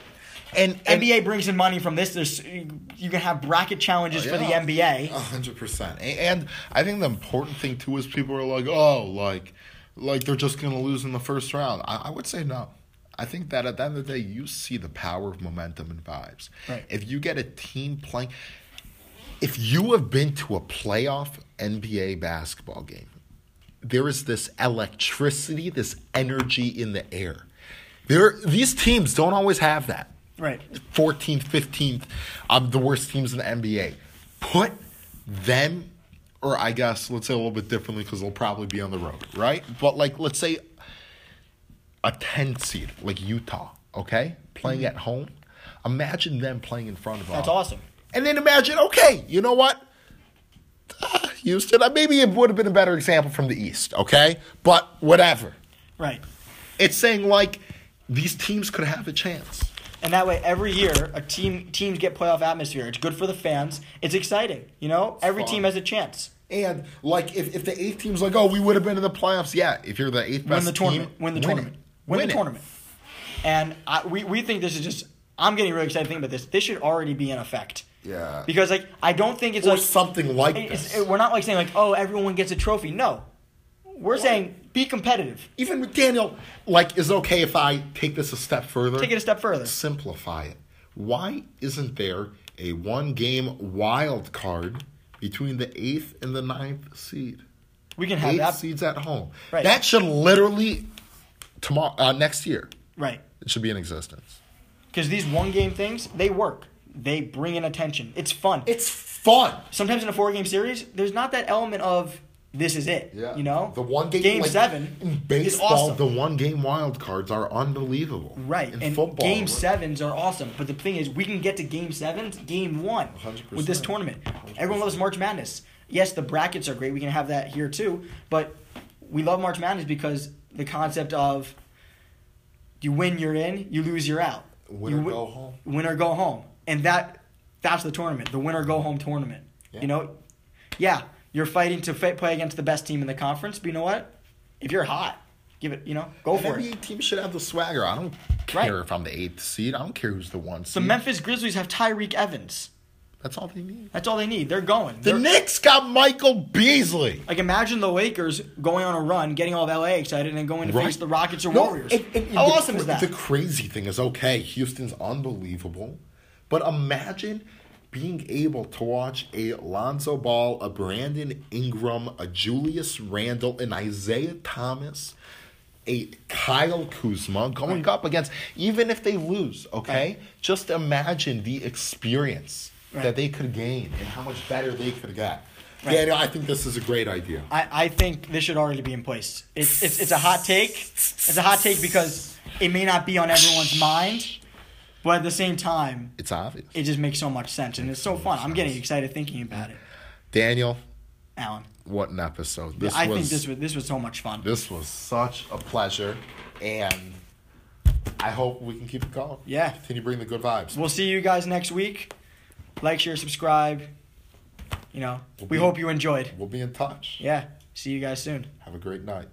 B: And, and
A: NBA brings in money from this. There's you can have bracket challenges for
B: Oh, Yeah,
A: the NBA.
B: A hundred percent. A- And I think the important thing too is people are like, oh, like, like they're just gonna lose in the first round. I, I would say no. I think that at the end of the day, you see the power of momentum and vibes.
A: Right.
B: If you get a team playing, if you have been to a playoff NBA basketball game, there is this electricity, this energy in the air. There, these teams don't always have that.
A: Right.
B: 14th, 15th, um, the worst teams in the NBA. Put them, or I guess let's say a little bit differently because they'll probably be on the road, right? But like let's say a 10 seed, like Utah, okay, playing at home. Imagine them playing in front of us.
A: Mm-hmm. That's awesome.
B: And then imagine, okay, you know what? Ah, Houston, uh, maybe it would have been a better example from the East, okay? But whatever.
A: Right.
B: It's saying like these teams could have a chance.
A: And that way, every year, a team teams get playoff atmosphere. It's good for the fans. It's exciting. You know, every
B: fun.
A: team has a chance.
B: And like, if, if the eighth team's like, oh, we would have been in the playoffs. Yeah, if you're the eighth
A: Win
B: best
A: the tournament.
B: team,
A: win the
B: it.
A: tournament. Win,
B: Win
A: the
B: it.
A: tournament. And I, we we think this is just. I'm getting really excited thinking about this. This should already be in effect.
B: Yeah.
A: Because like I don't think it's
B: or
A: like
B: something like
A: it's,
B: this.
A: it- we're not like saying like oh everyone gets a trophy. No, we're saying be competitive.
B: Even with Daniel, like, is it okay if I take this a step further?
A: Take it a step further.
B: Simplify it. Why isn't there a one-game wild card between the eighth and the ninth seed?
A: We can have
B: Eight
A: that.
B: seeds at home.
A: Right.
B: That should literally tomorrow uh, next year.
A: Right.
B: It should be in existence.
A: Because these one game things they work. They bring in attention. It's fun.
B: It's fun.
A: sometimes in a four game series, there's not that element of this is it.
B: Yeah.
A: You know?
B: the one game,
A: Game
B: like,
A: seven
B: in
A: is
B: baseball,
A: awesome.
B: the one game wild cards are unbelievable.
A: right.
B: in
A: and
B: football,
A: game sevens are awesome. But the thing is we can get to game sevens, game one
B: 100%.
A: with this tournament. Everyone loves March Madness. Yes, the brackets are great. We can have that here too. But we love March Madness because the concept of you win, you're in, you lose, you're out.
B: Win
A: You
B: or
A: wi-
B: go home.
A: Win or go home. And that that's the tournament, the win or go home tournament.
B: Yeah.
A: You know, yeah, you're fighting to fi- play against the best team in the conference, but you know what? If you're hot, give it, you know, go
B: An
A: for it.
B: NBA team should have the swagger. I don't
A: Right.
B: care if I'm the eighth seed. I don't care who's the one
A: The
B: seed.
A: Memphis Grizzlies have Tyreek Evans.
B: That's all they need.
A: That's all they need. They're going.
B: The
A: They're-
B: Knicks got Michael Beasley.
A: like imagine the Lakers going on a run, getting all of LA excited, and then going to face the Rockets or
B: No,
A: Warriors.
B: and- and- and
A: How
B: the-
A: awesome is that?
B: The crazy thing is, okay, Houston's unbelievable, but imagine being able to watch a Lonzo Ball, a Brandon Ingram, a Julius Randle, an Isaiah Thomas, a Kyle Kuzma going up against, even if they lose, okay? Just imagine the experience.
A: Right.
B: that they could gain and how much better they could get. Yeah, no, I think this is a great idea.
A: I, I think this should already be in place. It's, it's, it's a hot take. It's a hot take because it may not be on everyone's mind, but at the same time,
B: It's obvious.
A: it just makes so much sense and it's so fun. I'm getting excited thinking about it,
B: Daniel,
A: Alan.
B: what an episode. This
A: I
B: was,
A: think this was this was so much fun.
B: this was such a pleasure, and I hope we can keep it going.
A: Yeah.
B: Continue to bring the good vibes.
A: We'll see you guys next week. Like, share, subscribe. You know, we hope you enjoyed.
B: We'll be in touch.
A: Yeah. See you guys soon.
B: Have a great night.